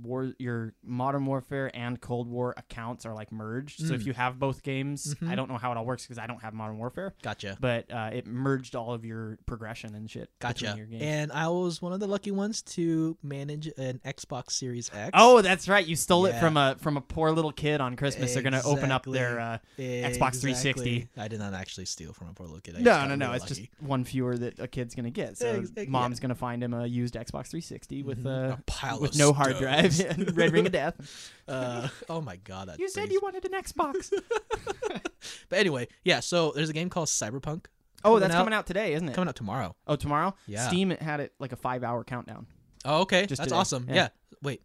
S2: war, your Modern Warfare and Cold War accounts are like merged. So if
S3: Mm.
S2: you have both games,
S3: Mhm.
S2: I don't know how it all works because I don't have Modern Warfare,
S3: Gotcha.
S2: but uh, it merged all of your progression and shit. between
S3: Gotcha.
S2: Your games.
S3: And I was one of the lucky ones to manage an Xbox Series X.
S2: Oh, that's right. You stole it
S3: Yeah.
S2: from a from a poor little kid on Christmas. They're gonna open up their. Uh, Xbox 360.
S3: I did not actually steal from a poor little kid. I just
S2: no,
S3: got
S2: no, no.
S3: really
S2: It's just
S3: lucky.
S2: one fewer that a kid's gonna get. So
S3: Ex- ex-
S2: mom's gonna find him a used Xbox 360 with
S3: Mhm.
S2: uh,
S3: a pile
S2: with
S3: of
S2: no hard drive
S3: stones.
S2: and red ring of death.
S3: uh, oh my god, that.
S2: You said
S3: brings-
S2: you wanted an Xbox.
S3: But anyway, yeah. So there's a game called Cyberpunk
S2: Oh,
S3: coming
S2: that's
S3: out-
S2: coming out today, isn't it?
S3: coming out tomorrow.
S2: oh, tomorrow.
S3: Yeah.
S2: Steam had it like a five-hour countdown.
S3: Oh, okay.
S2: Just
S3: That's
S2: today.
S3: awesome.
S2: Yeah.
S3: Yeah. Wait.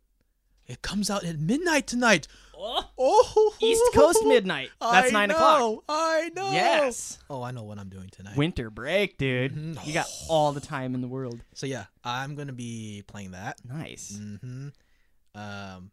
S3: It comes out at midnight tonight. Oh,
S2: East Coast midnight. That's
S3: I
S2: nine o'clock.
S3: know, I know.
S2: Yes.
S3: Oh, I know what I'm doing tonight.
S2: Winter break, dude.
S3: Mhm.
S2: You got all the time in the world.
S3: So yeah, I'm gonna be playing that.
S2: Nice.
S3: Mm-hmm. Um,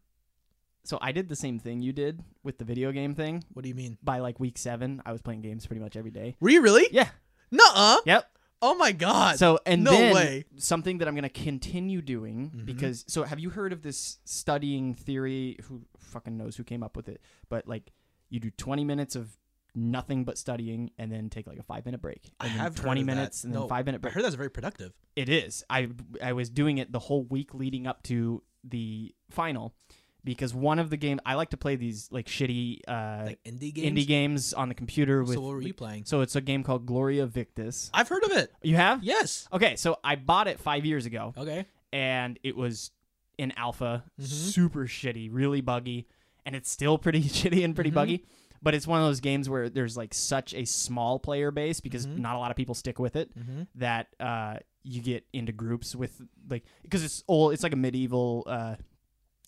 S2: So I did the same thing you did with the video game thing.
S3: what do you mean?
S2: By like week seven, I was playing games pretty much every day.
S3: Were you really?
S2: Yeah.
S3: Nuh-uh.
S2: Yep.
S3: Oh my god.
S2: So and
S3: no
S2: then
S3: way.
S2: something that I'm gonna continue doing
S3: Mm-hmm.
S2: because so have you heard of this studying theory? Who fucking knows who came up with it? But like you do 20 minutes of nothing but studying and then take like a five minute break.
S3: I
S2: And then
S3: have heard
S2: 20
S3: of that.
S2: minutes and then
S3: No,
S2: five minute
S3: I
S2: break.
S3: heard that's very productive.
S2: it is. I I was doing it the whole week leading up to the final because one of the game I like to play these like shitty uh,
S3: Like indie games.
S2: indie games on the computer with.
S3: So what were you playing?
S2: So it's a game called Gloria Victis.
S3: I've heard of it.
S2: You have?
S3: Yes.
S2: Okay, so I bought it five years ago,
S3: Okay.
S2: and it was in alpha,
S3: Mhm.
S2: super shitty, really buggy, and it's still pretty shitty and pretty
S3: Mhm.
S2: buggy. But it's one of those games where there's like such a small player base because
S3: Mhm.
S2: not a lot of people stick with it
S3: Mm-hmm.
S2: that uh, you get into groups with like because it's old. It's like a medieval. Uh,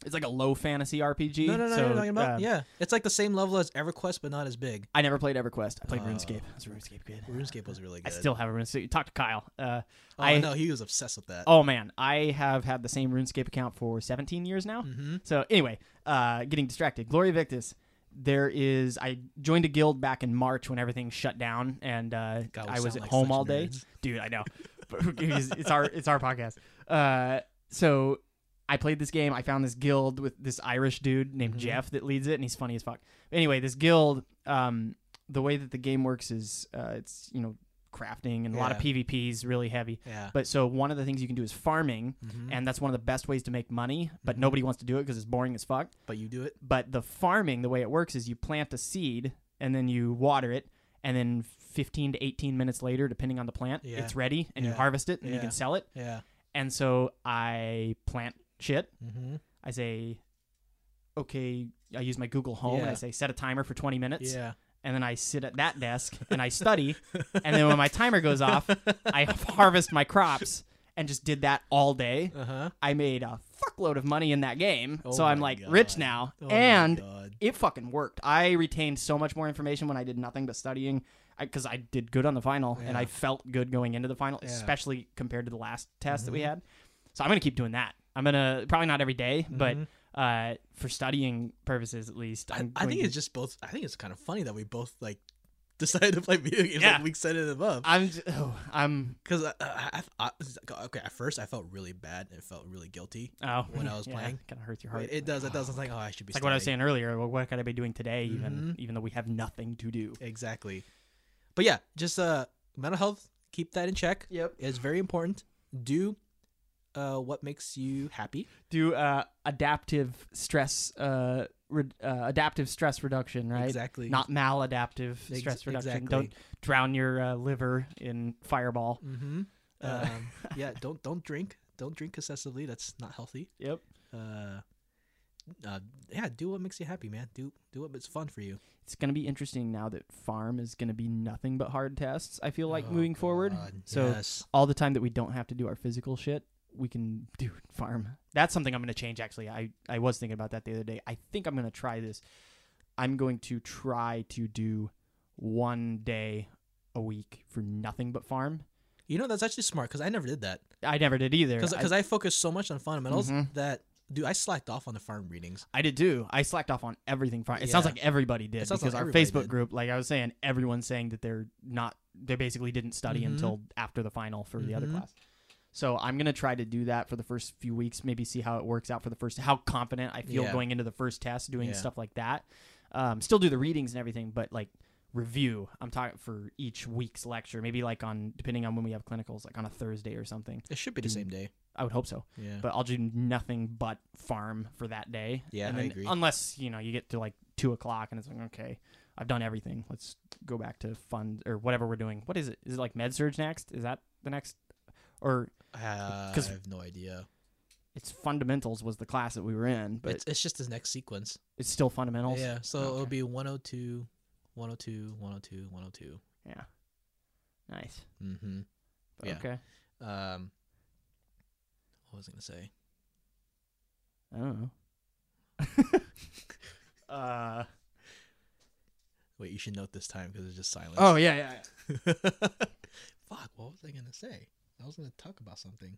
S2: it's like a low fantasy RPG.
S3: No, no, no,
S2: so,
S3: you're talking about
S2: um,
S3: yeah. It's like the same level as EverQuest, but not as big.
S2: I never played EverQuest. I played
S3: Oh.
S2: RuneScape. I was a RuneScape kid.
S3: RuneScape was really
S2: I
S3: good.
S2: still have a RuneScape. Talk to Kyle. Uh,
S3: oh
S2: I-
S3: no, he was obsessed with that.
S2: oh man, I have had the same RuneScape account for 17 years now.
S3: Mm-hmm.
S2: So anyway, uh, getting distracted. Glory Victus. There is. I joined a guild back in March when everything shut down, and uh,
S3: God, we
S2: I was
S3: sound
S2: at
S3: like
S2: home
S3: such
S2: all day.
S3: nerds.
S2: Dude, I know. But who gives- it's our it's our podcast. Uh, so I played this game. I found this guild with this Irish dude named
S3: Mhm.
S2: Jeff that leads it, and he's funny as fuck. Anyway, this guild. Um, the way that the game works is uh, it's you know crafting and a lot of
S3: Yeah.
S2: PvP is really heavy.
S3: Yeah.
S2: But so one of the things you can do is farming
S3: Mhm.
S2: and that's one of the best ways to make money but
S3: Mhm.
S2: nobody wants to do it because it's boring as fuck
S3: But you do it.
S2: but the farming the way it works is you plant a seed and then you water it and then 15 to 18 minutes later depending on the plant
S3: Yeah.
S2: it's ready and you
S3: Yeah.
S2: harvest it and you
S3: Yeah.
S2: can sell it
S3: Yeah.
S2: and so i plant shit
S3: Mm-hmm.
S2: i say okay i use my google home and i
S3: Yeah.
S2: say set a timer for 20 minutes
S3: Yeah.
S2: and then i sit at that desk and i study and then when my timer goes off i harvest my crops and just did that all day
S3: Uh huh.
S2: I made a fuckload of money in that game.
S3: Oh
S2: so I'm
S3: my
S2: like
S3: God.
S2: rich now.
S3: Oh my
S2: and
S3: God.
S2: it fucking worked. I retained so much more information when I did nothing but studying because I, did good on the final and
S3: Yeah.
S2: I felt good going into the final,
S3: Yeah.
S2: especially compared to the last test that we
S3: Mhm.
S2: had. So I'm going to keep doing that. I'm going to probably not every day, but
S3: Mhm.
S2: uh, for studying purposes at least.
S3: I,
S2: I'm
S3: I
S2: going
S3: think
S2: to-
S3: it's just both. I think it's kind of funny that we both like decided to play video games
S2: Yeah.
S3: like we set it above.
S2: I'm, j- oh, I'm,
S3: Because I, uh, I, I, I- okay, at first I felt really bad and felt really guilty.
S2: oh,
S3: When I was playing.
S2: kind of hurts your heart.
S3: It does. It
S2: oh.
S3: does. It's like, oh, I should be.
S2: It's like what I was
S3: studying.
S2: saying earlier. Well, what could I be doing today, even
S3: Mhm.
S2: even though we have nothing to do?
S3: Exactly. But yeah, just uh, mental health. Keep that in check.
S2: Yep.
S3: It's very important. Do uh, what makes you happy.
S2: do uh, adaptive stress uh, re- uh, adaptive stress reduction, right?
S3: Exactly.
S2: Not maladaptive
S3: Ex-
S2: stress reduction.
S3: exactly.
S2: Don't drown your uh, liver in fireball.
S3: Mm-hmm.
S2: Uh,
S3: Um, yeah. Don't don't drink. Don't drink excessively. That's not healthy.
S2: Yep.
S3: Uh, uh, yeah. Do what makes you happy, man. Do do what it's fun for you.
S2: It's going to be interesting now that farm is going to be nothing but hard tests. I feel like
S3: Oh,
S2: moving forward,
S3: God,
S2: So-
S3: yes.
S2: all the time that we don't have to do our physical shit, we can do farm. That's something I'm going to change actually. I I was thinking about that the other day. I think I'm going to try this. I'm going to try to do one day a week for nothing but farm.
S3: You know that's actually smart because I never did that.
S2: I never did either. I,
S3: because I, Mm-hmm. focused so much on fundamentals
S2: Mhm.
S3: that dude I slacked off on the farm readings.
S2: I did too. I slacked off on everything. From, it sounds
S3: Yeah.
S2: like everybody did
S3: It sounds
S2: because
S3: like
S2: our
S3: everybody
S2: Facebook
S3: did.
S2: group, like I was saying, everyone's saying that they're not. They basically didn't study
S3: Mhm.
S2: until after the final for the other
S3: Mhm.
S2: class. So I'm gonna try to do that for the first few weeks. Maybe see how it works out for the first. How confident I feel
S3: Yeah.
S2: going into the first test, doing
S3: Yeah.
S2: stuff like that. Um, still do the readings and everything, but like review. I'm talking for each week's lecture. Maybe like on depending on when we have clinicals, like on a Thursday or something.
S3: It should be the
S2: Dude.
S3: same day.
S2: I would hope so
S3: Yeah.
S2: but I'll do nothing but farm for that day.
S3: Yeah,
S2: and
S3: I
S2: then,
S3: agree.
S2: Unless you know you get to like two o'clock and it's like okay, I've done everything. Let's go back to fund or whatever we're doing. What is it? Is it like med surge next? Is that the next? Or
S3: Uh,
S2: 'Cause-
S3: I have no idea.
S2: it's fundamentals was the class that we were in, but
S3: it's, it's just the next sequence.
S2: it's still fundamentals.
S3: yeah. So it'll
S2: okay.
S3: be 102, 102, 102, 102.
S2: Yeah. Nice.
S3: Mm-hmm. Yeah.
S2: Okay.
S3: Um, what was I gonna say?
S2: I don't know. uh,
S3: Wait, you should note this time because it's just silence.
S2: oh yeah, yeah. yeah.
S3: Fuck. What was I gonna say? I was gonna talk about something.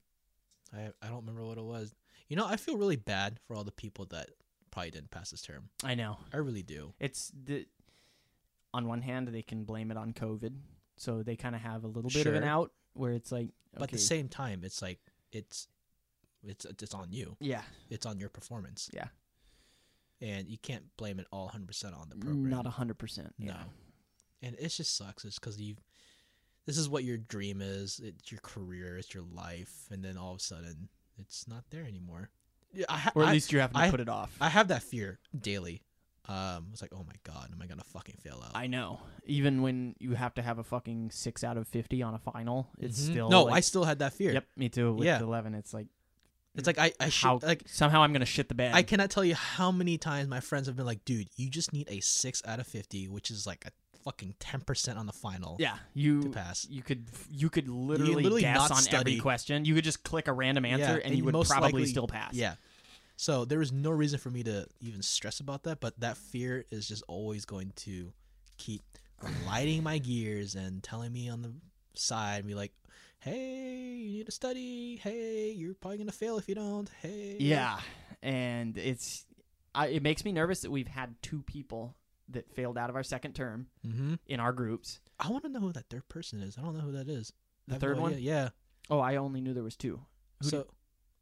S3: I I don't remember what it was. You know, I feel really bad for all the people that probably didn't pass this term.
S2: I know.
S3: I really do.
S2: it's the on one hand they can blame it on covid so they kind of have a little bit of an
S3: Sure.
S2: out where it's like
S3: But at the
S2: okay,
S3: same time, it's like it's it's it's on you.
S2: yeah
S3: It's on your performance.
S2: Yeah.
S3: And you can't blame it all 100% on the program.
S2: not a hundred percent yeah
S3: No. and it just sucks. It's because you, this is what your dream is. It's your career. It's your life, and then all of a sudden, it's not there anymore. Yeah, I, ha-
S2: or at
S3: I-
S2: least you have to
S3: I-
S2: put it off
S3: I have that fear daily. Um, it's like, oh my god, am I gonna fucking fail out?
S2: I know even when you have to have a fucking six out of 50 on a final it's
S3: Mhm.
S2: still
S3: no.
S2: like-
S3: I still had that fear.
S2: yep me too with
S3: Yeah.
S2: 11 it's like
S3: It's like I I
S4: How
S3: should like
S4: somehow I'm gonna shit the bed.
S3: I cannot tell you how many times my friends have been like, dude, you just need a six out of fifty, which is like a fucking ten percent on the final
S2: Yeah, you
S3: to pass.
S4: you could you could literally,
S3: literally
S4: guess
S3: not
S4: on every
S3: study.
S4: question. You could just click a random answer
S3: Yeah,
S4: and, you would
S3: most
S4: probably
S3: likely-
S4: still pass.
S3: Yeah. So there is no reason for me to even stress about that, but that fear is just always going to keep lighting my gears and telling me on the side, be like, hey, you need to study. Hey, you're probably going to fail if you don't. Hey.
S2: yeah, and it's I, it makes me nervous that we've had two people that failed out of our second term
S3: hmm
S2: in our groups.
S3: I want to know who that third person is. I don't know who that is.
S2: The
S3: I have
S2: third
S3: no
S2: one?
S3: idea. Yeah.
S2: Oh, I only knew there was two. Who
S3: so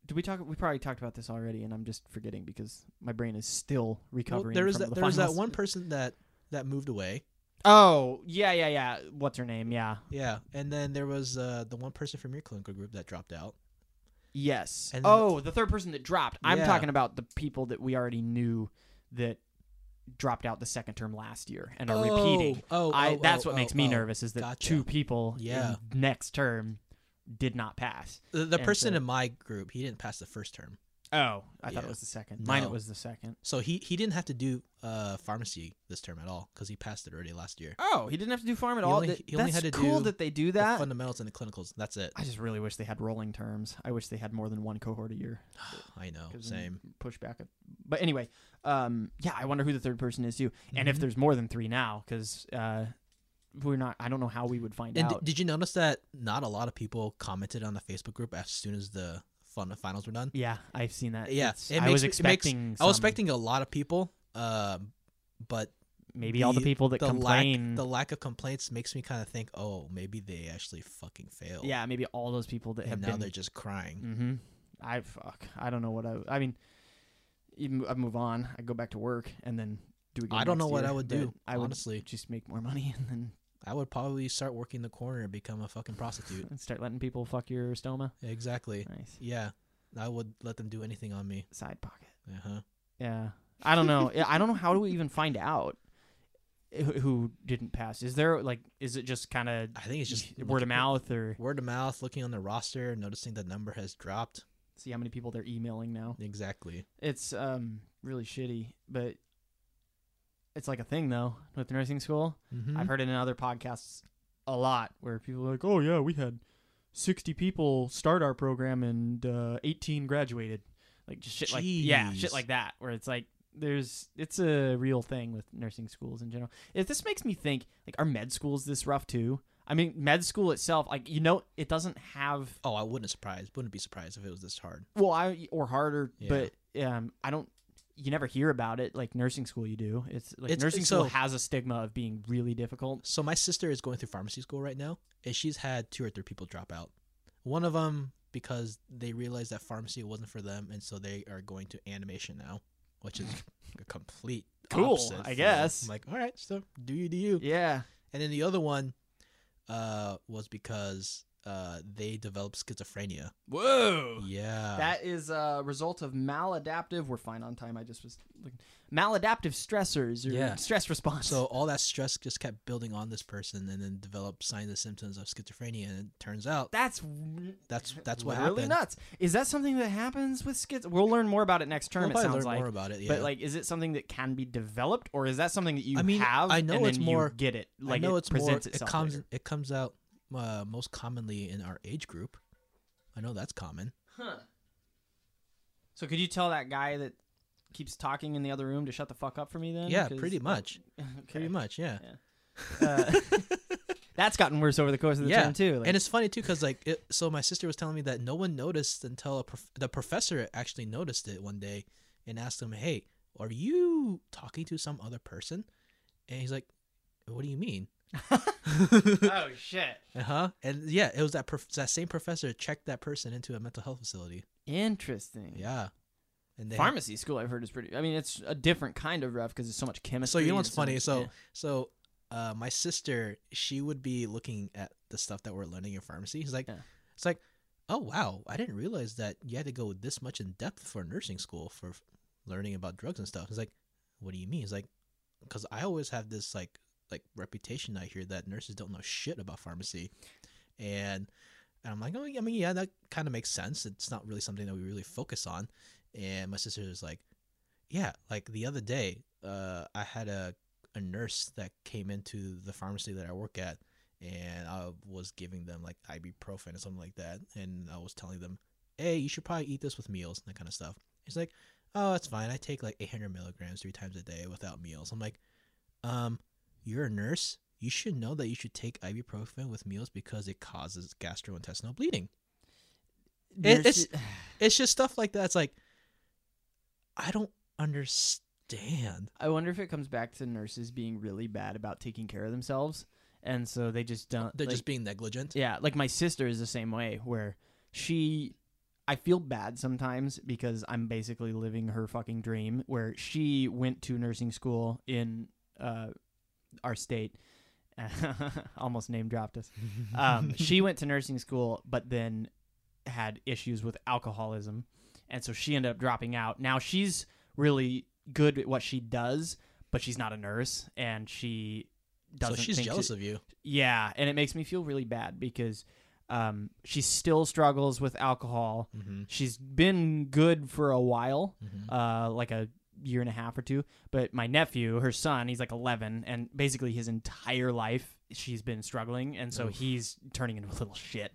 S2: Did we talk? We probably talked about this already, and I'm just forgetting because my brain is still
S3: well,
S2: recovering.
S3: there was
S2: from
S3: that,
S2: the
S3: there was that
S2: finals.
S3: one person that that moved away.
S2: Oh, yeah, yeah, yeah. What's her name? Yeah.
S3: Yeah, and then there was uh, the one person from your clinical group that dropped out.
S2: Yes.
S3: And then the-
S2: oh, the, third person that dropped. I'm
S3: Yeah.
S2: talking about the people that we already knew that dropped out the second term last year and are repeating.
S3: Oh,
S2: I
S3: oh,
S2: that's
S3: oh,
S2: what
S3: oh,
S2: makes me
S3: oh.
S2: nervous is that
S3: Gotcha.
S2: two people
S3: Yeah.
S2: in next term did not pass.
S3: The, the
S2: And
S3: person
S2: the-
S3: in my group, he didn't pass the first term,
S2: Oh, I thought
S3: Yeah.
S2: it was the second. Mine it
S3: No.
S2: was the second.
S3: so he he didn't have to do uh pharmacy this term at all because he passed it already last year.
S2: Oh, he didn't have to do farm at
S3: He
S2: all.
S3: only-
S2: That-
S3: he only
S2: that's
S3: had to
S2: cool
S3: do
S2: that they do
S3: The
S2: that.
S3: fundamentals and the clinicals. That's it.
S2: I just really wish they had rolling terms. I wish they had more than one cohort a year.
S3: I know.
S2: 'Cause then
S3: Same.
S2: push back. a- But anyway, um, yeah, I wonder who the third person is too, and if
S3: Mhm.
S2: there's more than three now, because uh, we're not. I don't know how we would find
S3: And d-
S2: out.
S3: did you notice that not a lot of people commented on the Facebook group as soon as the fun finals were done?
S2: yeah, I've seen that.
S3: Yeah,
S2: It's-
S3: it
S2: I was
S3: makes me- it makes-
S2: expecting.
S3: I was
S2: some-
S3: expecting a lot of people, um, but
S4: Maybe all the
S3: the-
S4: people that
S3: the
S4: complain.
S3: lack the lack of complaints makes me kind of think, oh, maybe they actually fucking failed.
S2: Yeah, maybe all those people that
S3: and
S2: have
S3: now
S2: been.
S3: they're just crying.
S2: mm-hmm. I fuck. I don't know what I. I mean, even, I move on. I go back to work, and then do again.
S3: I don't
S2: next
S3: know what
S2: year,
S3: I would
S2: but
S3: do.
S2: I would
S3: honestly,
S2: just make more money, and then
S3: I would probably start working the corner and become a fucking prostitute.
S4: start letting people fuck your stoma.
S3: exactly.
S4: Nice
S3: Yeah, I would let them do anything on me.
S2: side pocket.
S3: Uh huh.
S2: Yeah. I don't know. Yeah, I don't know how do we even find out who- who didn't pass. Is there like is it just kind of
S3: I think it's just
S4: word of
S3: looking-
S4: mouth or
S3: Word of mouth. Looking on the roster, noticing the number has dropped.
S2: see how many people they're emailing now?
S3: Exactly.
S2: It's um really shitty, but it's like a thing though with nursing school.
S3: Mm-hmm.
S2: I've heard it in other podcasts a lot where people are like, "Oh yeah, we had 60 people start our program and uh, 18 graduated." Like just shit like yeah, shit
S3: Jeez.
S2: like that where it's like there's it's a real thing with nursing schools in general. If this makes me think like are med schools this rough too? I mean, med school itself, like you know, it doesn't have
S3: Oh, I wouldn't surprise. Wouldn't be surprised if it was this hard.
S2: well, I or harder,
S3: Yeah.
S2: but um, I don't. You never hear about it like nursing school. You do. It's like
S3: It's-
S2: nursing
S3: it's
S2: school
S3: so-
S2: has a stigma of being really difficult.
S3: So my sister is going through pharmacy school right now, and she's had two or three people drop out. One of them because they realized that pharmacy wasn't for them, and so they are going to animation now, which is a complete
S2: Cool,
S3: opposite
S2: I
S3: for them.
S2: guess.
S3: I'm like, all right, so do you do you?
S2: Yeah.
S3: And then the other one uh, was because uh, they developed schizophrenia.
S2: Whoa.
S3: Yeah,
S2: That is a result of maladaptive. We're fine on time. I just was looking. maladaptive stressors or
S3: Yeah.
S2: stress response.
S3: So all that stress just kept building on this person, and then developed signs and symptoms of schizophrenia. And it turns out
S2: that's w-
S3: that's that's what
S2: really
S3: happened.
S2: nuts. Is that something that happens with schiz? We'll learn more about it next term.
S3: We'll probably
S2: it sounds
S3: learn
S2: like.
S3: more about it. Yeah.
S2: But like, is it something that can be developed, or is that something that you
S3: I mean,
S2: have?
S3: I know
S2: and
S3: it's
S2: then
S3: more-
S2: you get it. Like
S3: I know
S2: it
S3: it's more.
S2: presents
S3: It
S2: itself.
S3: comes.
S2: later.
S3: It comes out uh, most commonly in our age group. I know that's common.
S2: So could you tell that guy that keeps talking in the other room to shut the fuck up for me then?
S3: yeah,
S2: 'Cause-
S3: pretty much. Pretty
S2: okay.
S3: much. Yeah.
S2: Uh, that's gotten worse over the course of the
S3: Yeah,
S2: term too. Like,
S3: and it's funny too, cause like, it, so my sister was telling me that no one noticed until a prof- the professor actually noticed it one day and asked him, "Hey, are you talking to some other person?" And he's like, "What do you mean?" uh
S2: oh shit.
S3: huh. And yeah, it was that prof- that same professor checked that person into a mental health facility.
S2: Interesting.
S3: Yeah, and they
S2: Pharmacy school, I've heard, is pretty. I mean, it's a different kind of rough because there's so much
S3: So
S2: chemistry.
S3: you know
S2: and
S3: what's funny?
S2: much-
S3: So
S2: yeah.
S3: so uh, my sister, she would be looking at the stuff that we're learning in pharmacy. She's like,
S2: Yeah.
S3: it's like, oh wow, I didn't realize that you had to go this much in depth for nursing school for f- learning about drugs and stuff. It's like, what do you mean? It's like, because I always have this like like reputation I hear that nurses don't know shit about pharmacy, and And I'm like, oh, yeah, I mean, yeah, that kind of makes sense. It's not really something that we really focus on. And my sister was like, yeah, like the other day, uh, I had a, a nurse that came into the pharmacy that I work at, and I was giving them like ibuprofen or something like that. And I was telling them, hey, you should probably eat this with meals and that kind of stuff. He's like, oh, that's fine. I take like 800 milligrams three times a day without meals. I'm like, um, you're a nurse. You should know that you should take ibuprofen with meals because it causes gastrointestinal bleeding. It- it's-
S2: Nurses-
S3: It's just stuff like that. It's like, I don't understand.
S2: I wonder if it comes back to nurses being really bad about taking care of themselves, and so they just don't.
S3: They're
S2: like-
S3: just being negligent.
S2: Yeah, like my sister is the same way where she I feel bad sometimes because I'm basically living her fucking dream where she went to nursing school in uh our state. Almost name dropped us. Um she went to nursing school but then had issues with alcoholism and so she ended up dropping out. Now she's really good at what she does, but she's not a nurse and she
S3: so
S2: doesn't
S3: she's
S2: think
S3: jealous
S2: she,
S3: of you.
S2: yeah, and it makes me feel really bad because um, she still struggles with alcohol.
S3: Mm-hmm.
S2: She's been good for a while,
S3: Mm-hmm.
S2: uh, like a year and a half or two. But my nephew, her son, he's like 11, and basically his entire life she's been struggling, and so
S3: Oof.
S2: he's turning into a little shit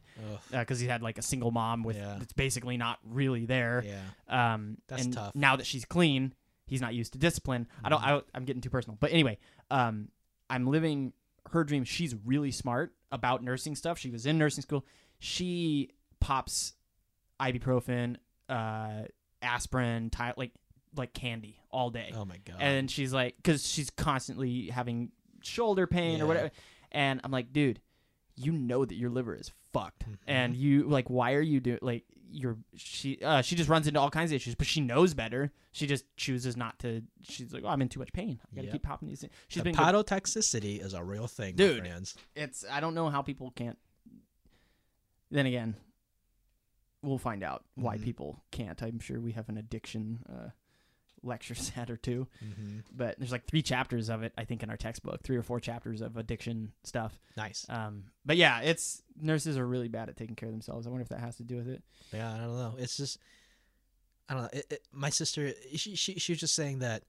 S2: because he had like a single mom with
S3: Yeah.
S2: that's basically not really there.
S3: yeah.
S2: Um,
S3: That's
S2: and
S3: tough.
S2: Now that she's clean, he's not used to discipline. I don't.
S3: Mhm.
S2: I, don't- I'm getting too personal. But anyway, um, I'm living her dream. She's really smart about nursing stuff. She was in nursing school. She pops ibuprofen, uh, aspirin, ty- like like candy all day
S3: Oh my god.
S2: and she's like because she's constantly having shoulder pain
S3: Yeah.
S2: or whatever and i'm like dude you know that your liver is fucked
S3: Mm-hmm.
S2: and you like why are you doing like you're she uh, she just runs into all kinds of issues but she knows better she just chooses not to she's like oh, i'm in too much pain i gotta
S3: Yeah.
S2: keep popping these things she's been good-
S3: Hepatotoxicity is a real thing, my
S2: Dude.
S3: friends.
S2: it's i don't know how people can't then again we'll find out why
S3: Mhm.
S2: people can't i'm sure we have an addiction uh, lecture set or two
S3: Mm-hmm.
S2: but there's like three chapters of it i think in our textbook three or four chapters of addiction stuff
S3: Nice.
S2: um, but yeah it's nurses are really bad at taking care of themselves i wonder if that has to do with it
S3: Yeah, I don't know. It's just I don't know. It, it, my sister, she, she she was just saying that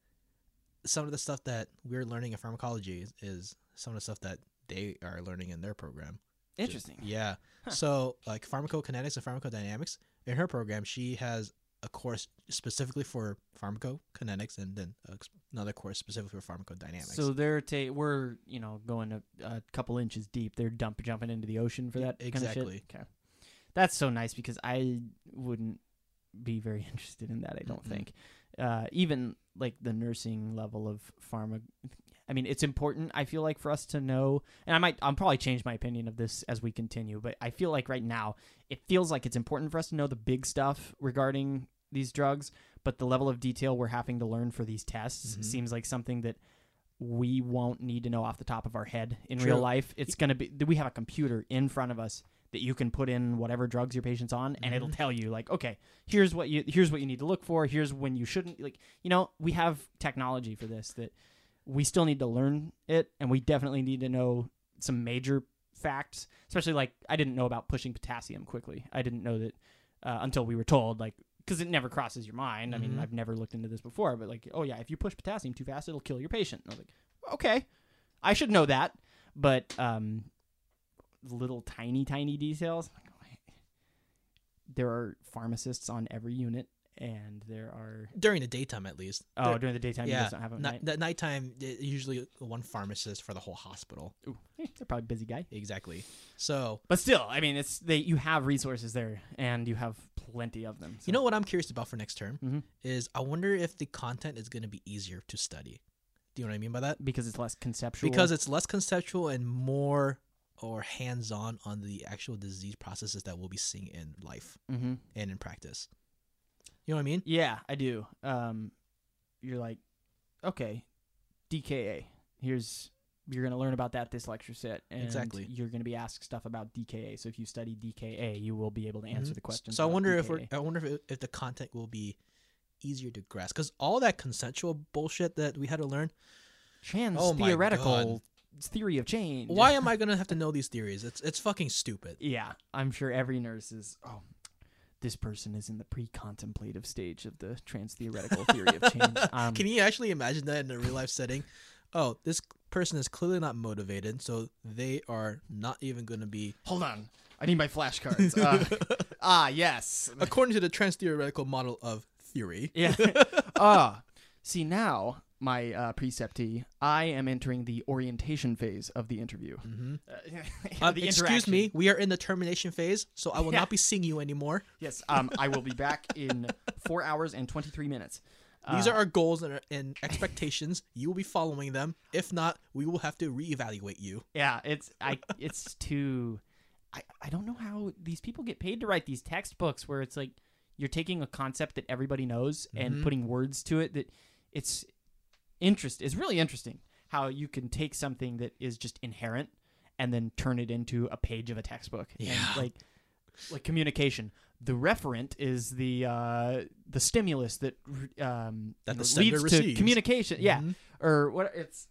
S3: some of the stuff that we're learning in pharmacology is, is some of the stuff that they are learning in their program. Just-
S2: interesting
S3: yeah. So like pharmacokinetics and pharmacodynamics in her program, she has a course specifically for pharmacokinetics and then uh, another course specifically for pharmacodynamics.
S2: so they're ta- we're you know going a, a couple inches deep they're dump jumping into the ocean for that kind of
S3: exactly.
S2: shit okay that's so nice because i wouldn't be very interested in that i don't
S3: Mm-mm.
S2: think uh, even like the nursing level of pharma i mean it's important i feel like for us to know and i might i'll probably change my opinion of this as we continue but i feel like right now it feels like it's important for us to know the big stuff regarding these drugs but the level of detail we're having to learn for these tests
S3: Mhm.
S2: seems like something that we won't need to know off the top of our head in real
S3: True.
S2: life it's going to be we have a computer in front of us that you can put in whatever drugs your patient's on and it'll
S3: Mhm.
S2: tell you like okay here's what you here's what you need to look for here's when you shouldn't like you know we have technology for this that we still need to learn it and we definitely need to know some major facts especially like i didn't know about pushing potassium quickly i didn't know that uh, until we were told like because it never crosses your mind i mean
S3: Mhm.
S2: i've never looked into this before but like oh yeah if you push potassium too fast it'll kill your patient and i was like okay i should know that but um little tiny tiny details like, oh, I- there are pharmacists on every unit and there are
S3: during the daytime at least.
S2: oh
S3: There-
S2: during the daytime you
S3: yeah,
S2: guys don't have them
S3: ni-
S2: at night
S3: the nighttime i- usually one pharmacist for the whole hospital.
S2: Ooh, eh, they're probably a busy guy
S3: Exactly. So
S2: but still i mean it's they you have resources there and you have plenty of them so.
S3: You know what I'm curious about for next term
S2: Mhm.
S3: is I wonder if the content is going to be easier to study. Do you know what I mean by that?
S2: because it's less conceptual
S3: Because it's less conceptual and more or hands-on on the actual disease processes that we'll be seeing in life
S2: mm-hmm.
S3: and in practice. You know what I mean?
S2: Yeah, I do. Um, you're like, okay, DKA. Here's you're gonna learn about that this lecture set, and
S3: Exactly.
S2: you're gonna be asked stuff about DKA. So if you study DKA, you will be able to answer
S3: Mhm.
S2: the questions.
S3: So I
S2: about
S3: wonder if we're,
S2: DKA.
S3: I wonder if, it- if the content will be easier to grasp because all that consensual bullshit that we had to learn
S2: trans
S3: Oh my
S2: theoretical
S1: theory of change.
S3: Why am I gonna have to know these theories? It's it's fucking stupid.
S1: Yeah, I'm sure every nurse is. Oh, this person is in the pre-contemplative stage of the trans-theoretical theory of change. Um,
S3: Can you actually imagine that in a real life setting? Oh, this person is clearly not motivated, so they are not even gonna be.
S1: hold on, I need my flashcards. Uh, ah, yes.
S3: According to the trans theoretical model of theory,
S1: Yeah. Ah, see now. My uh, preceptee, I am entering the orientation phase of the interview.
S3: Mhm.
S1: Uh,
S3: Uh,
S1: the
S3: excuse
S1: interaction.
S3: me, we are in the termination phase, so I will
S1: Yeah.
S3: not be seeing you anymore.
S1: Yes, um, I will be back in four hours and 23 minutes.
S3: These
S2: Ah.
S1: Uh,
S3: are our goals and, our, and expectations. you will be following them. If not, we will have to reevaluate you.
S1: yeah,
S2: It's I it's too I, I don't know how these people get paid to write these textbooks where it's like you're taking a concept that everybody knows and
S3: Mhm.
S2: putting words to it that it's interest it's really interesting how you can take something that is just inherent and then turn it into a page of a textbook. And,
S3: Yeah.
S2: like like communication. The referent is the uh, the stimulus that um, you
S3: That the
S2: know,
S3: sender
S2: leads to
S3: receives.
S2: communication. Yeah,
S3: Mhm.
S2: or what it's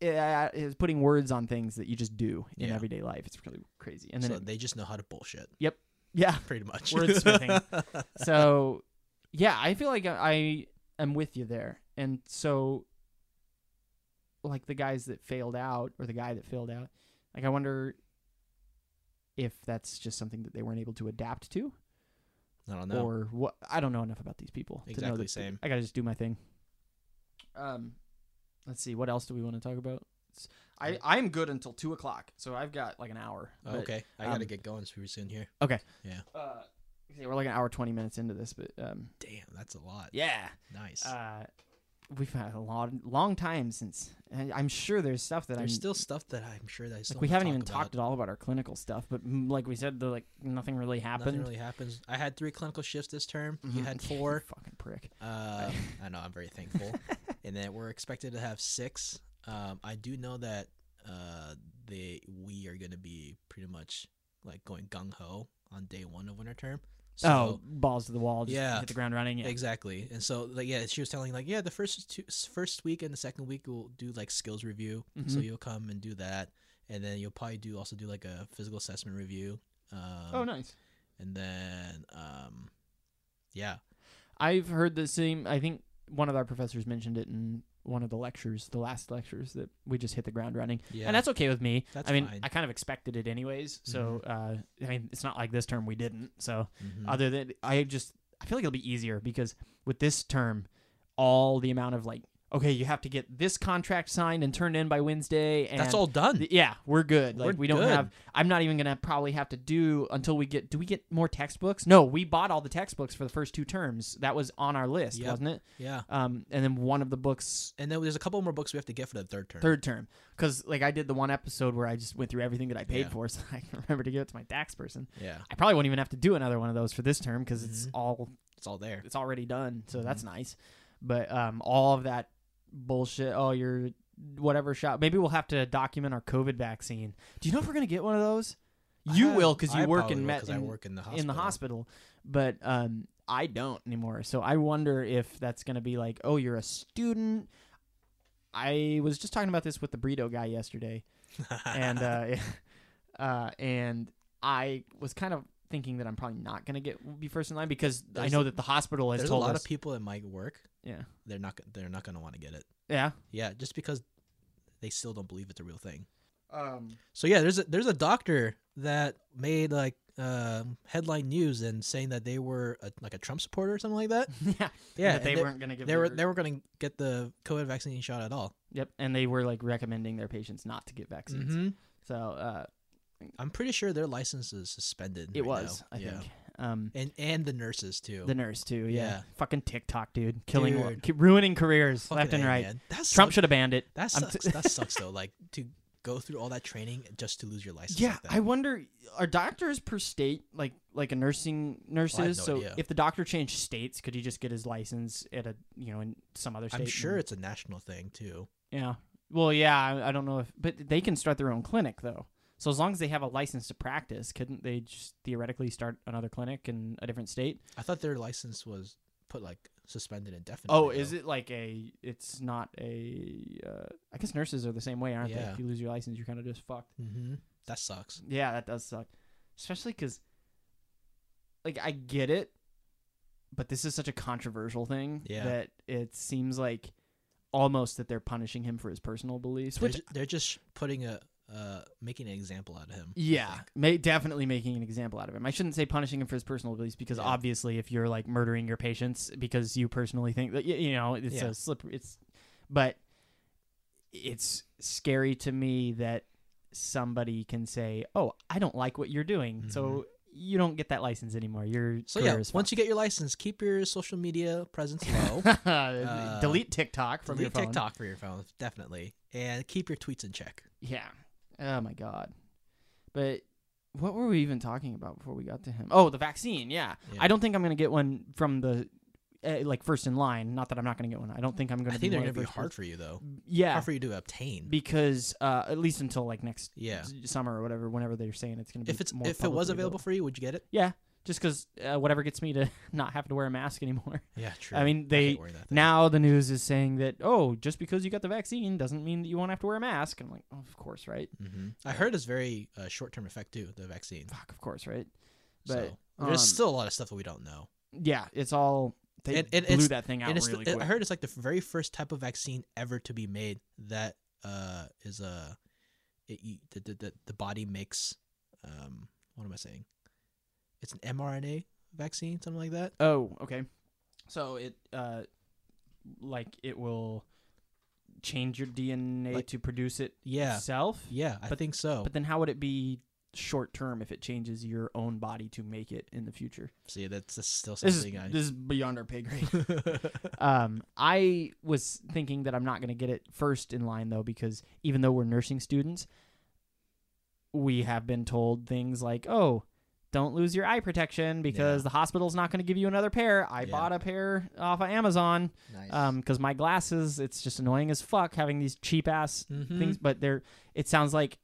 S2: yeah, it's putting words on things that you just do in
S3: Yeah.
S2: everyday life. It's really crazy. And then
S3: so
S2: it-
S3: they just know how to bullshit,
S2: yeah,
S3: pretty much.
S2: Wordsmithing. so yeah, I feel like I am with you there. And so like the guys that failed out or the guy that failed out, like I wonder if that's just something that they weren't able to adapt to
S3: I don't know.
S2: or what I don't know enough about these people to know
S3: Exactly
S2: that-
S3: same.
S2: I got to just do my thing. Um let's see what else do we want to talk about?
S1: I, I'm good until two o'clock, so I've got like an hour.
S3: Oh,
S1: but,
S3: okay, I
S1: um,
S3: gotta get going super soon here.
S1: Uh,
S2: Yeah, we're like an hour twenty minutes into this, but um,
S3: Damn, that's a lot.
S2: yeah,
S3: Nice.
S2: uh, we've had a long, long time since. And I'm sure there's stuff that
S3: There's
S2: I'm
S3: still stuff that I'm sure that I still
S2: like we
S3: wanna
S2: haven't even
S3: talk about.
S2: talked at all about our clinical stuff, but mm, like we said, the like nothing really happened.
S3: Nothing really happens. I had three clinical shifts this term. You
S2: Mhm.
S3: had
S2: You
S3: four.
S2: fucking prick.
S3: Uh, I know. I'm very thankful. and then we're expected to have six. Um, I do know that uh, they we are going to be pretty much like going gung ho on day one of winter term. So,
S2: oh, balls to the wall. Just
S3: Yeah.
S2: hit the ground running. Yeah.
S3: Exactly. And so, like, yeah, she was telling, like, yeah, the first two, s- first week and the second week we'll do like skills review. So
S2: Mhm.
S3: you'll come and do that, and then you'll probably do also do like a physical assessment review. Um,
S1: oh, nice.
S3: And then, um, yeah,
S2: I've heard the same. I think one of our professors mentioned it in one of the lectures, the last lectures that we just hit the ground running.
S3: yeah,
S2: And that's okay with me.
S3: That's
S2: I mean,
S3: fine. Mm-hmm.
S2: I kind of expected it anyways. So, uh, I mean, it's not like this term we didn't. So,
S3: Mhm.
S2: other than I just I feel like it'll be easier because with this term, all the amount of like okay, you have to get this contract signed and turned in by Wednesday, and
S3: that's all done.
S2: th- yeah, we're good. Like
S3: We're
S2: we don't
S3: good.
S2: have. I'm not even gonna probably have to do until we get. Do we get more textbooks? No, we bought all the textbooks for the first two terms. That was on our list,
S3: Yep.
S2: wasn't it?
S3: yeah.
S2: Um, and then one of the books
S3: And then there's a couple more books we have to get for the third term.
S2: third term because like I did the one episode where I just went through everything that I paid
S3: Yeah.
S2: for, so I can remember to give it to my tax person.
S3: Yeah,
S2: I probably won't even have to do another one of those for this term because it's
S3: Mhm.
S2: all
S3: it's all there.
S2: it's already done, so
S3: Mhm.
S2: that's nice. But um, all of that bullshit. Oh, your whatever shot. Maybe we'll have to document our COVID vaccine. Do you know if we're gonna get one of those? You
S3: I-
S2: will because you
S3: I
S2: work
S3: probably
S2: in
S3: will
S2: met
S3: 'cause
S2: in,
S3: I work in the hospital.
S2: in the hospital, but um, I don't anymore. So I wonder if that's gonna be like, oh, you're a student. I was just talking about this with the burrito guy yesterday and uh, uh, and I was kind of thinking that I'm probably not gonna get be first in line because
S3: There's
S2: I know
S3: a-
S2: that the hospital has
S3: there's a
S2: told
S3: lot
S2: us.
S3: of people in my work.
S2: yeah,
S3: They're not. go- They're not going to want to get it.
S2: yeah.
S3: Yeah, just because they still don't believe it's a real thing.
S1: Um,
S3: So yeah, there's a there's a doctor that made like um, headline news and saying that they were a, like a Trump supporter or something like that.
S2: yeah,
S3: Yeah,
S2: that
S3: and
S2: they
S3: they-
S2: weren't gonna give.
S3: They were
S2: their-
S3: they were going to get the COVID vaccine shot at all.
S2: yep, and they were like recommending their patients not to get vaccines.
S3: hmm
S2: So uh,
S3: I'm pretty sure their license is suspended.
S2: it
S3: right
S2: was,
S3: now.
S2: I
S3: Yeah.
S2: think, um,
S3: and and the nurses too.
S2: the nurse too. Yeah.
S3: Yeah.
S2: fucking TikTok, dude, killing,
S3: Dude. eh,
S2: ki- ruining careers
S3: Fucking
S2: left and
S3: A,
S2: right.
S3: man. That
S2: Trump
S3: sucks.
S2: should have banned it.
S3: That
S2: I'm t-
S3: sucks. that sucks though. Like to go through all that training just to lose your license.
S2: Yeah,
S3: like that.
S2: I wonder are doctors per state like like a nursing nurses?
S3: no
S2: so
S3: idea.
S2: if the doctor changed states, could he just get his license at a you know in some other state?
S3: I'm
S2: and
S3: sure
S2: then-
S3: it's a national thing too.
S2: Yeah. Well, yeah, I, I don't know if but they can start their own clinic though. So as long as they have a license to practice, couldn't they just theoretically start another clinic in a different state?
S3: I thought their license was put like suspended indefinitely.
S2: Oh, is
S3: though.
S2: it like a? It's not a. Uh, I guess nurses are the same way, aren't they?
S3: Yeah.
S2: If you lose your license, you're kind of just fucked.
S3: Mhm. That sucks.
S2: Yeah, that does suck. Especially because, like, I get it, but this is such a controversial thing
S3: Yeah.
S2: that it seems like almost that they're punishing him for his personal beliefs.
S3: They're,
S2: Which,
S3: ju- they're just putting a uh making an example out of him. I
S2: yeah,
S3: think.
S2: may, definitely making an example out of him. I shouldn't say punishing him for his personal beliefs because
S3: Yeah.
S2: obviously, if you're like murdering your patients because you personally think that, y- you know, it's
S3: Yeah.
S2: a slippery, it's, but it's scary to me that somebody can say, "Oh, I don't like what you're doing," so you don't get that license anymore. Your
S3: Mm-hmm. So
S2: career
S3: yeah,
S2: is
S3: once you get your license, keep your social media presence low.
S2: fucked.
S3: Uh,
S2: delete TikTok from
S3: Delete
S2: your phone.
S3: TikTok for your phone, definitely, and keep your tweets in check.
S2: Yeah. Oh my god. But what were we even talking about before we got to him? Oh, the vaccine. Yeah.
S3: Yeah.
S2: I don't think I'm gonna get one from the uh, like first in line. Not that I'm not gonna get one. I don't think I'm gonna.
S3: I think
S2: be
S3: they're
S2: one
S3: gonna
S2: of the
S3: be
S2: first
S3: hard
S2: ones.
S3: for you though.
S2: yeah.
S3: Hard for you to obtain.
S2: Because uh, at least until like next
S3: yeah.
S2: s- summer or whatever, whenever they're saying it's gonna be.
S3: If it's
S2: more
S3: if it was
S2: publicly
S3: available for you, would you get it?
S2: Yeah. Just because uh, whatever gets me to not have to wear a mask anymore.
S3: Yeah, true.
S2: I mean, they
S3: hate wearing that thing.
S2: now the news is saying that oh, just because you got the vaccine doesn't mean that you won't have to wear a mask. And I'm like, oh, of course, right?
S3: Mhm. I heard it's very uh, short term effect too. The vaccine.
S2: Fuck, of course, right? But
S3: so there's
S2: um,
S3: still a lot of stuff that we don't know.
S2: yeah, it's all they
S3: And- and
S2: blew
S3: it's-
S2: that thing out
S3: and it's the- uh,
S2: really
S3: it-
S2: quick.
S3: I heard it's like the very first type of vaccine ever to be made that uh is a it, you, the, the the the body makes um what am I saying? It's an mRNA vaccine, something like that.
S2: Oh, okay. So it uh, like it will change your DNA
S3: Like-
S2: to produce it
S3: Yeah,
S2: itself.
S3: yeah, I
S2: but-
S3: think so.
S2: But then how would it be short term if it changes your own body to make it in the future?
S3: See, that's, that's still
S2: This is,
S3: something I.
S2: this is beyond our pay grade. Um, I was thinking that I'm not going to get it first in line though, because even though we're nursing students, we have been told things like, "Oh, don't lose your eye protection because
S3: Yeah.
S2: the hospital's not going to give you another pair." I
S3: Yeah.
S2: bought a pair off of Amazon
S3: nice.
S2: because Um, my glasses. It's just annoying as fuck having these cheap ass
S3: Mhm.
S2: things, but they're. It sounds like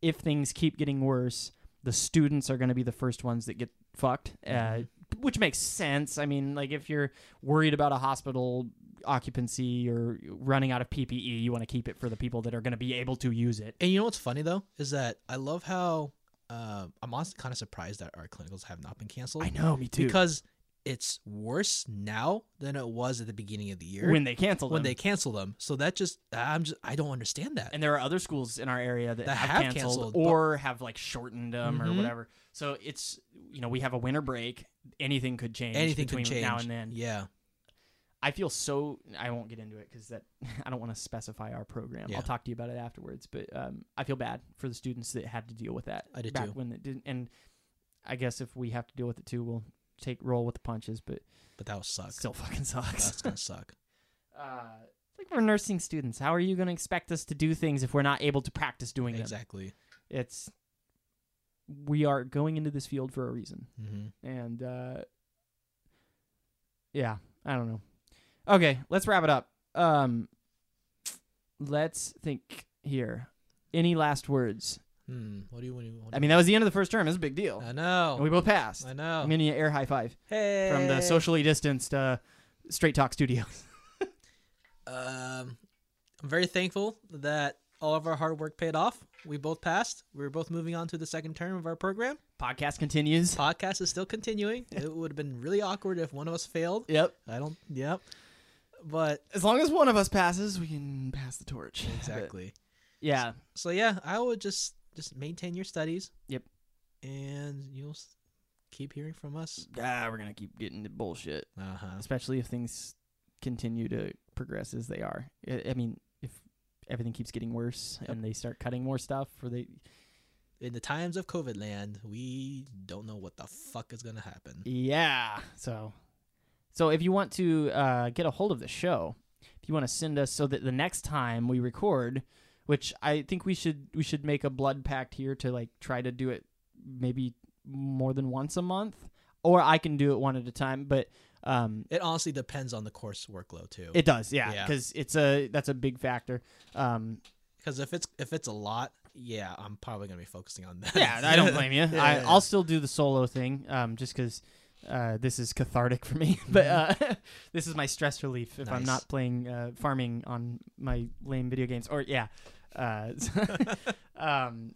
S2: if things keep getting worse, the students are going to be the first ones that get fucked, uh,
S3: Mhm.
S2: which makes sense. I mean, like if you're worried about a hospital occupancy or running out of PPE, you want to keep it for the people that are going to be able to use it.
S3: And you know what's funny though is that I love how um I'm honestly kind of surprised that our clinicals have not been canceled
S2: I know, me too.
S3: because it's worse now than it was at the beginning of the year
S2: when they canceled
S3: when
S2: them.
S3: they cancel them. So that just I'm just I don't understand that.
S2: and there are other schools in our area that,
S3: That
S2: have,
S3: have
S2: canceled,
S3: canceled, but-
S2: or have like shortened them or
S3: Mhm.
S2: whatever. So it's you know we have a winter break. Anything could change.
S3: Anything can
S2: between
S3: change
S2: now and then.
S3: Yeah,
S2: I feel so I won't get into it because that I don't want to specify our program.
S3: Yeah.
S2: I'll talk to you about it afterwards. But um, I feel bad for the students that had to deal with that.
S3: I did
S2: back
S3: too.
S2: when it didn't. And I guess if we have to deal with it too, we'll take roll with the punches. But
S3: but that will suck.
S2: still, fucking sucks.
S3: That's gonna suck.
S2: uh, like we're nursing students. How are you going to expect us to do things if we're not able to practice doing them?
S3: exactly.
S2: it's we are going into this field for a reason
S3: hmm
S2: and uh yeah i don't know okay let's wrap it up um let's think here any last words
S3: Hmm. What do you want? to
S2: i mean that was the end of the first term it's a big deal
S3: I
S2: and we
S3: know.
S2: both passed
S3: I
S2: i'm
S3: know.
S2: gonna air high five
S3: Hey.
S2: from the socially distanced uh straight talk studio
S3: Um, I'm very thankful that all of our hard work paid off. We both passed. We were both moving on to the second term of our program.
S2: podcast continues
S3: Podcast is still continuing. it would have been really awkward if one of us failed.
S2: yep
S3: I don't. Yep. But
S2: as long as one of us passes we can pass the torch But-
S3: exactly.
S2: yeah
S3: So yeah, I would just just maintain your studies.
S2: Yep.
S3: And you'll s- keep hearing from us.
S2: ah, we're gonna keep getting the bullshit
S3: Uh huh.
S2: especially if things continue to progress as they are. I, I mean, if everything keeps getting worse and they start cutting more stuff, or they
S3: In the times of COVID land, we don't know what the fuck is gonna happen.
S2: yeah. So, so if you want to uh, get a hold of the show, if you want to send us so that the next time we record, which I think we should we should make a blood pact here to like try to do it maybe more than once a month, or I can do it one at a time, but. Um,
S3: It honestly depends on the course workload too.
S2: it does, yeah,
S3: Yeah.
S2: because it's a that's a big factor. Um,
S3: Because if it's if it's a lot, yeah, I'm probably gonna be focusing on that.
S2: Yeah, I don't blame you.
S3: Yeah,
S2: I,
S3: yeah, yeah.
S2: I'll still do the solo thing, um, just because Uh, this is cathartic for me, but uh, this is my stress relief if I'm
S3: Nice.
S2: not playing uh, farming on my lame video games. Or yeah, uh, um,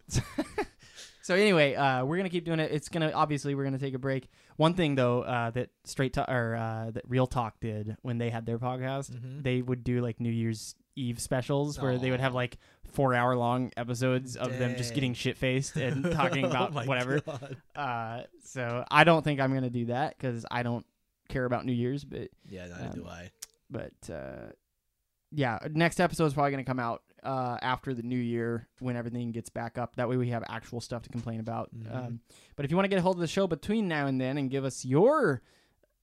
S2: so anyway, uh, we're gonna keep doing it. It's gonna obviously we're gonna take a break. One thing though uh, that straight to, or uh, that Real Talk did when they had their podcast,
S3: Mhm.
S2: they would do like New Year's Eve specials where they would have
S3: Aw.
S2: like four hour long episodes of them just getting
S3: Dang.
S2: shit faced and talking
S3: Oh
S2: about
S3: my
S2: whatever.
S3: God.
S2: Uh, so I don't think I'm gonna do that because I don't care about New Year's, but
S3: Yeah, neither
S2: Um,
S3: do I.
S2: but uh, yeah, next episode is probably going to come out uh, after the new year when everything gets back up. That way we have actual stuff to complain about.
S3: Mhm.
S2: Um, but if you want to get a hold of the show between now and then and give us your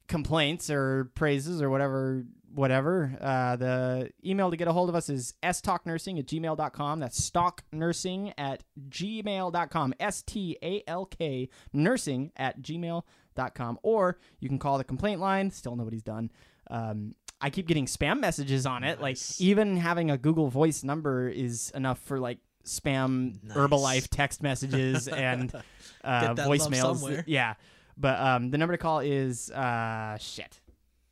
S2: complaints or praises or whatever, whatever, uh, the email to get a hold of us is stalknursing at gmail.com. That's stalknursing at gmail.com. S T A L K nursing at gmail.com. Or you can call the complaint line. Still nobody's done. Um, I keep getting spam messages on it.
S3: Nice.
S2: Like even having a Google Voice number is enough for like spam
S3: Nice.
S2: Herbalife text messages and uh,
S3: Get that lump
S2: voicemails.
S3: somewhere.
S2: Yeah, but um, the number to call is uh, shit.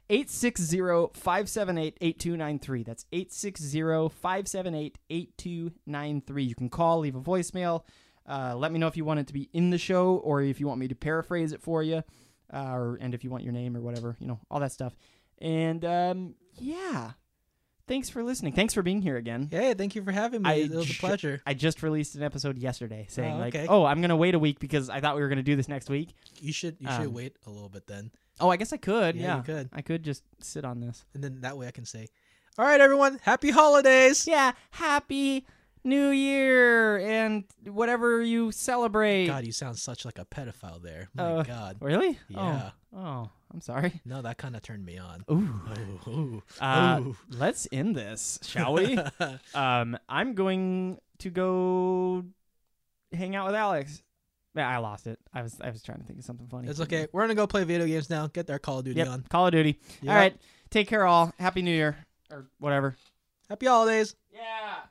S2: 860-578-8293. That's 860-578-8293. You can call, leave a voicemail. Uh, let me know if you want it to be in the show or if you want me to paraphrase it for you. Uh, or, and if you want your name or whatever, you know, all that stuff. And um, yeah, thanks for listening. Thanks for being here again.
S3: Hey, thank you for having me.
S2: I
S3: it was
S2: ju-
S3: a pleasure.
S2: I just released an episode yesterday saying
S3: Oh, okay.
S2: like, oh, I'm gonna wait a week because I thought we were gonna do this next week.
S3: You should you should
S2: um,
S3: wait a little bit then.
S2: Oh, I guess I could. Yeah,
S3: you could.
S2: I could just sit on this.
S3: And then that way I can say, "All right, everyone, happy holidays."
S2: Yeah, happy New Year and whatever you celebrate.
S3: God, you sound such like a pedophile there. My
S2: Uh,
S3: God.
S2: Really?
S3: Yeah.
S2: Oh, oh, I'm sorry.
S3: No, that kind of turned me on.
S2: Ooh.
S3: Ooh, ooh.
S2: Uh,
S3: Ooh.
S2: let's end this, shall we? um, I'm going to go hang out with Alex. Yeah, I lost it. I was I was trying to think of something funny.
S3: it's okay. We're gonna go play video games now. Get their Call of Duty
S2: Yep.
S3: on.
S2: Call of Duty.
S3: Yep.
S2: All right. Take care, all. Happy New Year or whatever.
S3: Happy holidays.
S2: Yeah.